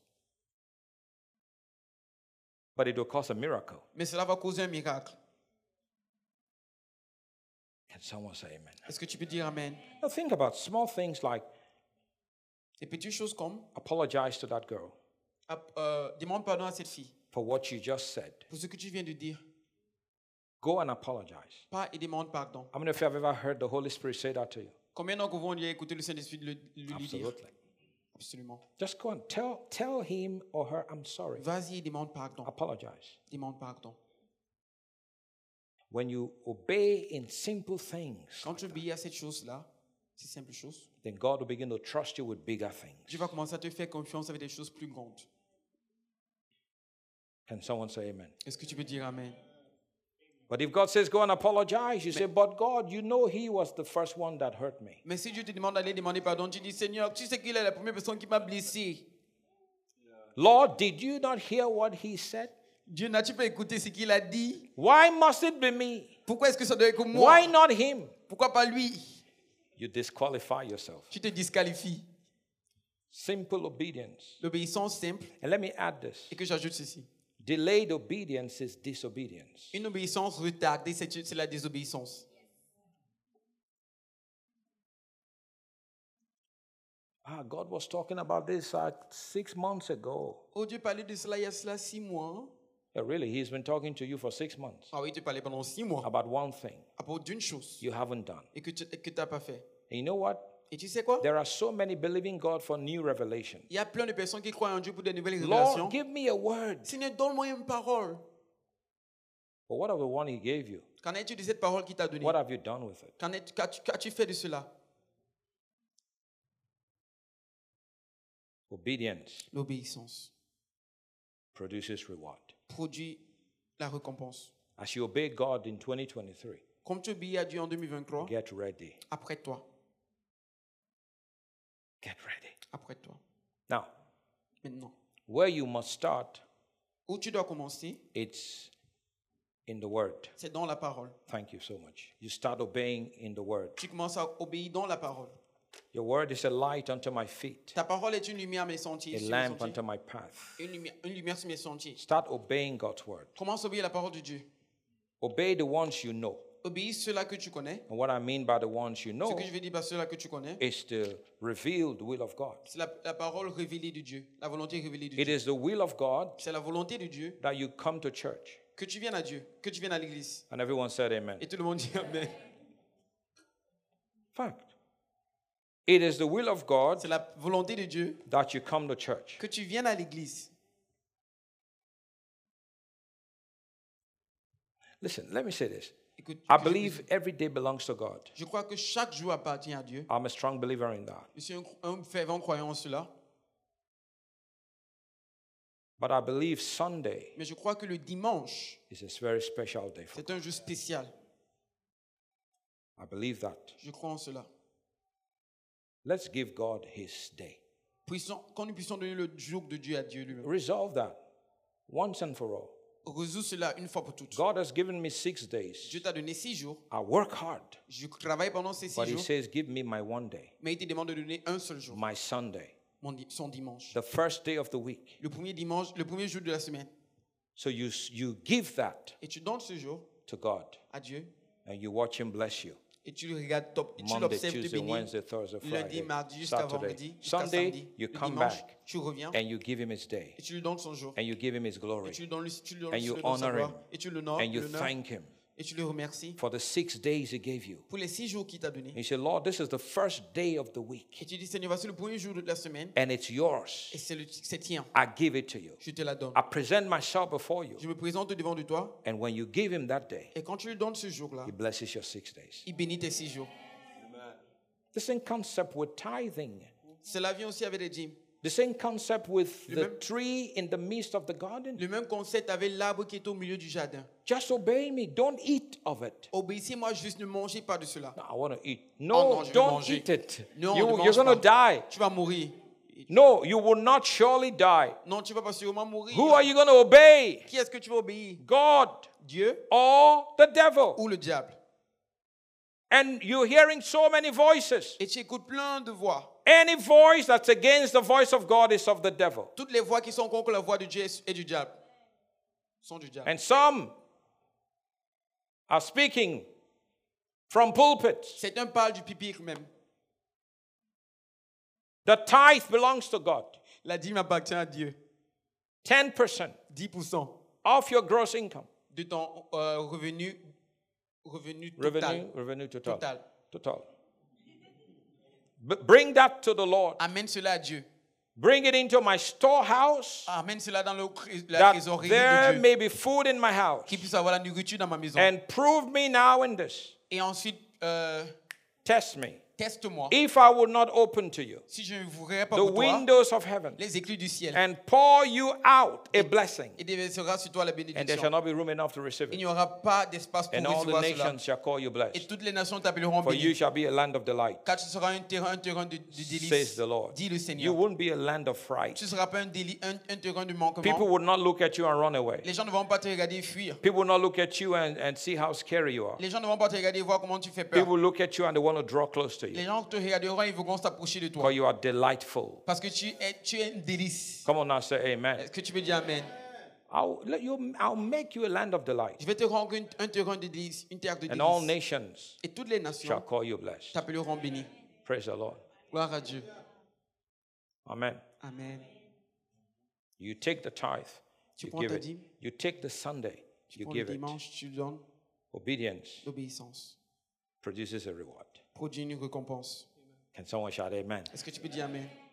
but it will cause a miracle.
mais cela va causer un miracle.
Can someone say amen?
Est-ce que tu peux dire Amen
Now think about small things like
Des petites choses comme,
apologize to that girl
ap- euh, demande pardon à cette fille
for what you just said.
pour ce que tu viens de dire.
Go and apologize.
Pas et demande pardon.
How many of you have ever heard the Holy Spirit say that to you?
Combien d'entre vous ont déjà écouté le Saint-Esprit le- le lui dire
Absolutely.
Absolument.
Just go and tell, tell him or her, I'm sorry.
Vas-y et demande pardon.
Apologize.
Demande pardon.
When you obey in simple things,
Quand tu obéis à cette chose-là, ces simples choses,
then God will begin to trust you with bigger things.
Dieu va commencer à te faire confiance avec des choses plus grandes.
Can someone say amen?
Est-ce que tu peux dire Amen
But if God says, go and apologize, you say, but God, you know He was the first one that hurt me.
Mais si Dieu te demande d'aller demander pardon, tu dis Seigneur, tu sais qu'il est la première personne qui m'a blessé.
Lord, did you not hear what He said?
Dieu, n'as-tu pas écouté ce qu'il a dit
Why must it be me?
Pourquoi est-ce que ça doit être comme moi
Why not Him?
Pourquoi pas lui
You disqualify yourself.
Tu te disqualifies.
Simple obedience.
L'obéissance simple,
And let me add this
et que j'ajoute ceci.
delayed obedience is disobedience.
Une obéissance retardée, c'est c'est la désobéissance.
Ah, God was talking about this uh, six months ago.
Oh, Dieu parlait de cela il y a cela six mois. hein.
Yeah, really, He's been talking to you for six months
Ah oui, tu parlais pendant six mois.
about one thing
À propos d'une chose
you haven't done.
et que tu n'as pas fait.
And you know what?
Et tu sais quoi
There are so many believing God for new revelation.
Il y a plein de personnes qui croient en Dieu pour des nouvelles révélations.
Lord, give me a word.
Seigneur, donne-moi une parole.
But what of the one He gave you?
Qu'en es-tu de cette parole qu'il t'a donnée
What have you done with it?
Qu'en es- Qu'as-tu qu'as-tu fait de cela
Obedience
L'obéissance
produces reward.
produit la récompense.
As you obey God in 2023,
Comme tu obéis à Dieu en 2023,
get ready.
après toi,
Get ready.
après toi,
Now,
maintenant.
where you must start,
Où tu dois commencer,
it's in the Word.
c'est dans la parole.
Thank you so much. You start obeying in the Word.
Tu commences à obéir dans la parole.
Your Word is a light unto my feet,
Ta parole est une lumière à mes sentiers.
a
sur mes
lamp
sentiers.
unto my path.
Une lumière, une lumière sur mes sentiers.
Start obeying God's Word.
Commence à obéir à la parole de Dieu.
Obey the ones you know.
Obéis ceux-là que tu connais.
And what I mean by the ones you
Ce
know
que je veux dire par ceux-là que tu connais,
is the revealed will of God.
c'est la, la parole révélée de Dieu, la volonté révélée de
It
Dieu.
is the will of God
C'est la volonté de Dieu
that you come to church.
que tu viennes à Dieu, que tu viennes à l'église.
And everyone said amen.
Et tout le monde dit Amen.
Fact. It is the will of God
C'est la volonté de Dieu
that you come to church.
que tu viennes à l'église.
Listen, let me say this.
Écoute,
I
que je-
believe every day belongs to God.
Je crois que chaque jour appartient à Dieu.
I'm a strong believer in that.
Je suis un, un fervent croyant en cela.
But I believe Sunday
Mais je crois que le dimanche,
is a very special day for
c'est un jour spécial.
I believe that.
Je crois en cela.
Let's give God his day.
Puissons- quand nous puissions donner le jour de Dieu à Dieu lui-même.
Resolve that once and for all.
Résous cela une fois pour toutes.
God has given me six days.
Dieu t'a donné six jours.
I work hard,
Je travaille pendant ces six
but he
jours.
says, Give me my one day,
Mais il te demande de donner un seul jour,
my Sunday,
mon di- son dimanche.
the first day of the week.
Le premier dimanche, le premier jour de la semaine.
So you, s- you give that
Et tu donnes ce jour
to God
à Dieu.
and you watch him bless you.
Et tu le regardes top. Et tu
Monday,
l'observes te
Tuesday,
bénir.
Wednesday, Thursday,
Lundi, mardi,
Friday,
jusqu'à
Saturday.
vendredi, jusqu'à
Sunday,
samedi.
you
le
come
dimanche,
back
tu reviens
and you give him his day
et tu lui donnes son jour.
and you give him his
Et
glory
tu lui donnes, le- tu lui donnes
and
ce
you
dont
honor
savoir,
him,
Et tu l'honores,
and you
l'honores,
thank him
et tu le remercies
for the six days he gave you.
pour les six jours qu'il t'a donné.
And you say, Lord, this is the first day of the week
Et tu dis, Seigneur, voici le premier jour de la semaine
and it's yours.
et c'est le- c'est tien.
I give it to you.
Je te la donne.
I present myself before you.
Je me présente devant de toi
And when you give him that day,
et quand tu lui donnes ce jour-là,
He blesses your six days.
il bénit tes six jours.
The same concept with tithing.
Cela vient aussi avec les dîmes.
The same concept with the
même-
tree in the midst of the garden.
Le même concept avec l'arbre qui est au milieu du jardin.
Just obey me. Don't eat of it.
Obéissez-moi juste, ne mangez pas de cela.
No, I want to eat. Oh, No,
non, je veux
don't
manger.
eat it.
Non,
you,
ne
you're
mange
going to
pas.
die.
Tu vas mourir.
No, you will not surely die.
Non, tu vas pas sûrement mourir.
Who are you going to obey?
Qui est-ce que tu vas obéir
God
Dieu
or the devil?
ou le diable
And you're hearing so many voices.
Et tu écoutes plein de voix.
Any voice that's against the voice of God is of the devil.
Toutes les voix qui sont contre la voix de Dieu et du diable sont du diable.
And some are speaking from pulpits.
Certains parlent du pipi même.
The tithe belongs to God.
La dîme appartient à Dieu.
10%
10%
of your gross income.
de ton euh, revenu, revenu
Revenue,
total.
revenue total.
Total.
Total. B- bring that to the Lord.
Amène cela à Dieu.
Bring it into my storehouse
Amène cela dans le, cré- la
that
trésorerie de
there
Dieu.
may be food in my house.
Qui puisse avoir la nourriture dans ma maison.
And prove me now in this.
Et ensuite, euh,
Test me.
teste-moi.
If I will not open to you
Si je ne voudrais pas
the
pour toi
windows of heaven
les écluses du ciel,
and pour you out a blessing,
il déversera sur toi la
and there shall
bénédiction.
not be room enough to receive
Il
it.
n'y aura pas d'espace pour
And all the
recevoir cela.
nations shall call you
Et
blessed,
toutes les nations t'appelleront
for you
béni.
shall be a land of delight.
Car tu seras un terrain, un terrain de, de délices.
says the Lord.
Dit le
You
Seigneur.
won't be a land of fright.
Tu ne seras pas un, déli- un, un terrain de
People
manquement.
will not look at you and run away.
Les gens ne vont pas te regarder et fuir.
People will not look at you and, and see how scary you are.
Les gens ne vont pas te regarder et voir comment tu fais peur.
People will look at you and they want to draw close to
Les
you.
gens te regarderont et voudront s'approcher de toi.
Because you are delightful.
Parce que tu es, tu es une délice.
Come on now, say amen.
Est-ce que tu peux dire Amen?
I'll, let you, I'll make you a land of delight.
Je vais te rendre une- un terrain de délice, une terre de
And all
délice.
nations
Et toutes les
shall
nations
call you blessed.
t'appelleront béni.
Praise the Lord.
Gloire à Dieu.
Amen.
Amen.
You take the tithe,
Tu
you
prends
give
ta
it.
dîme.
You take the Sunday,
Tu
you
prends le
give it.
dimanche, tu donnes
Obedience
l'obéissance.
produces a reward.
Produis une récompense.
Can someone shout amen?
Est-ce que tu peux dire Amen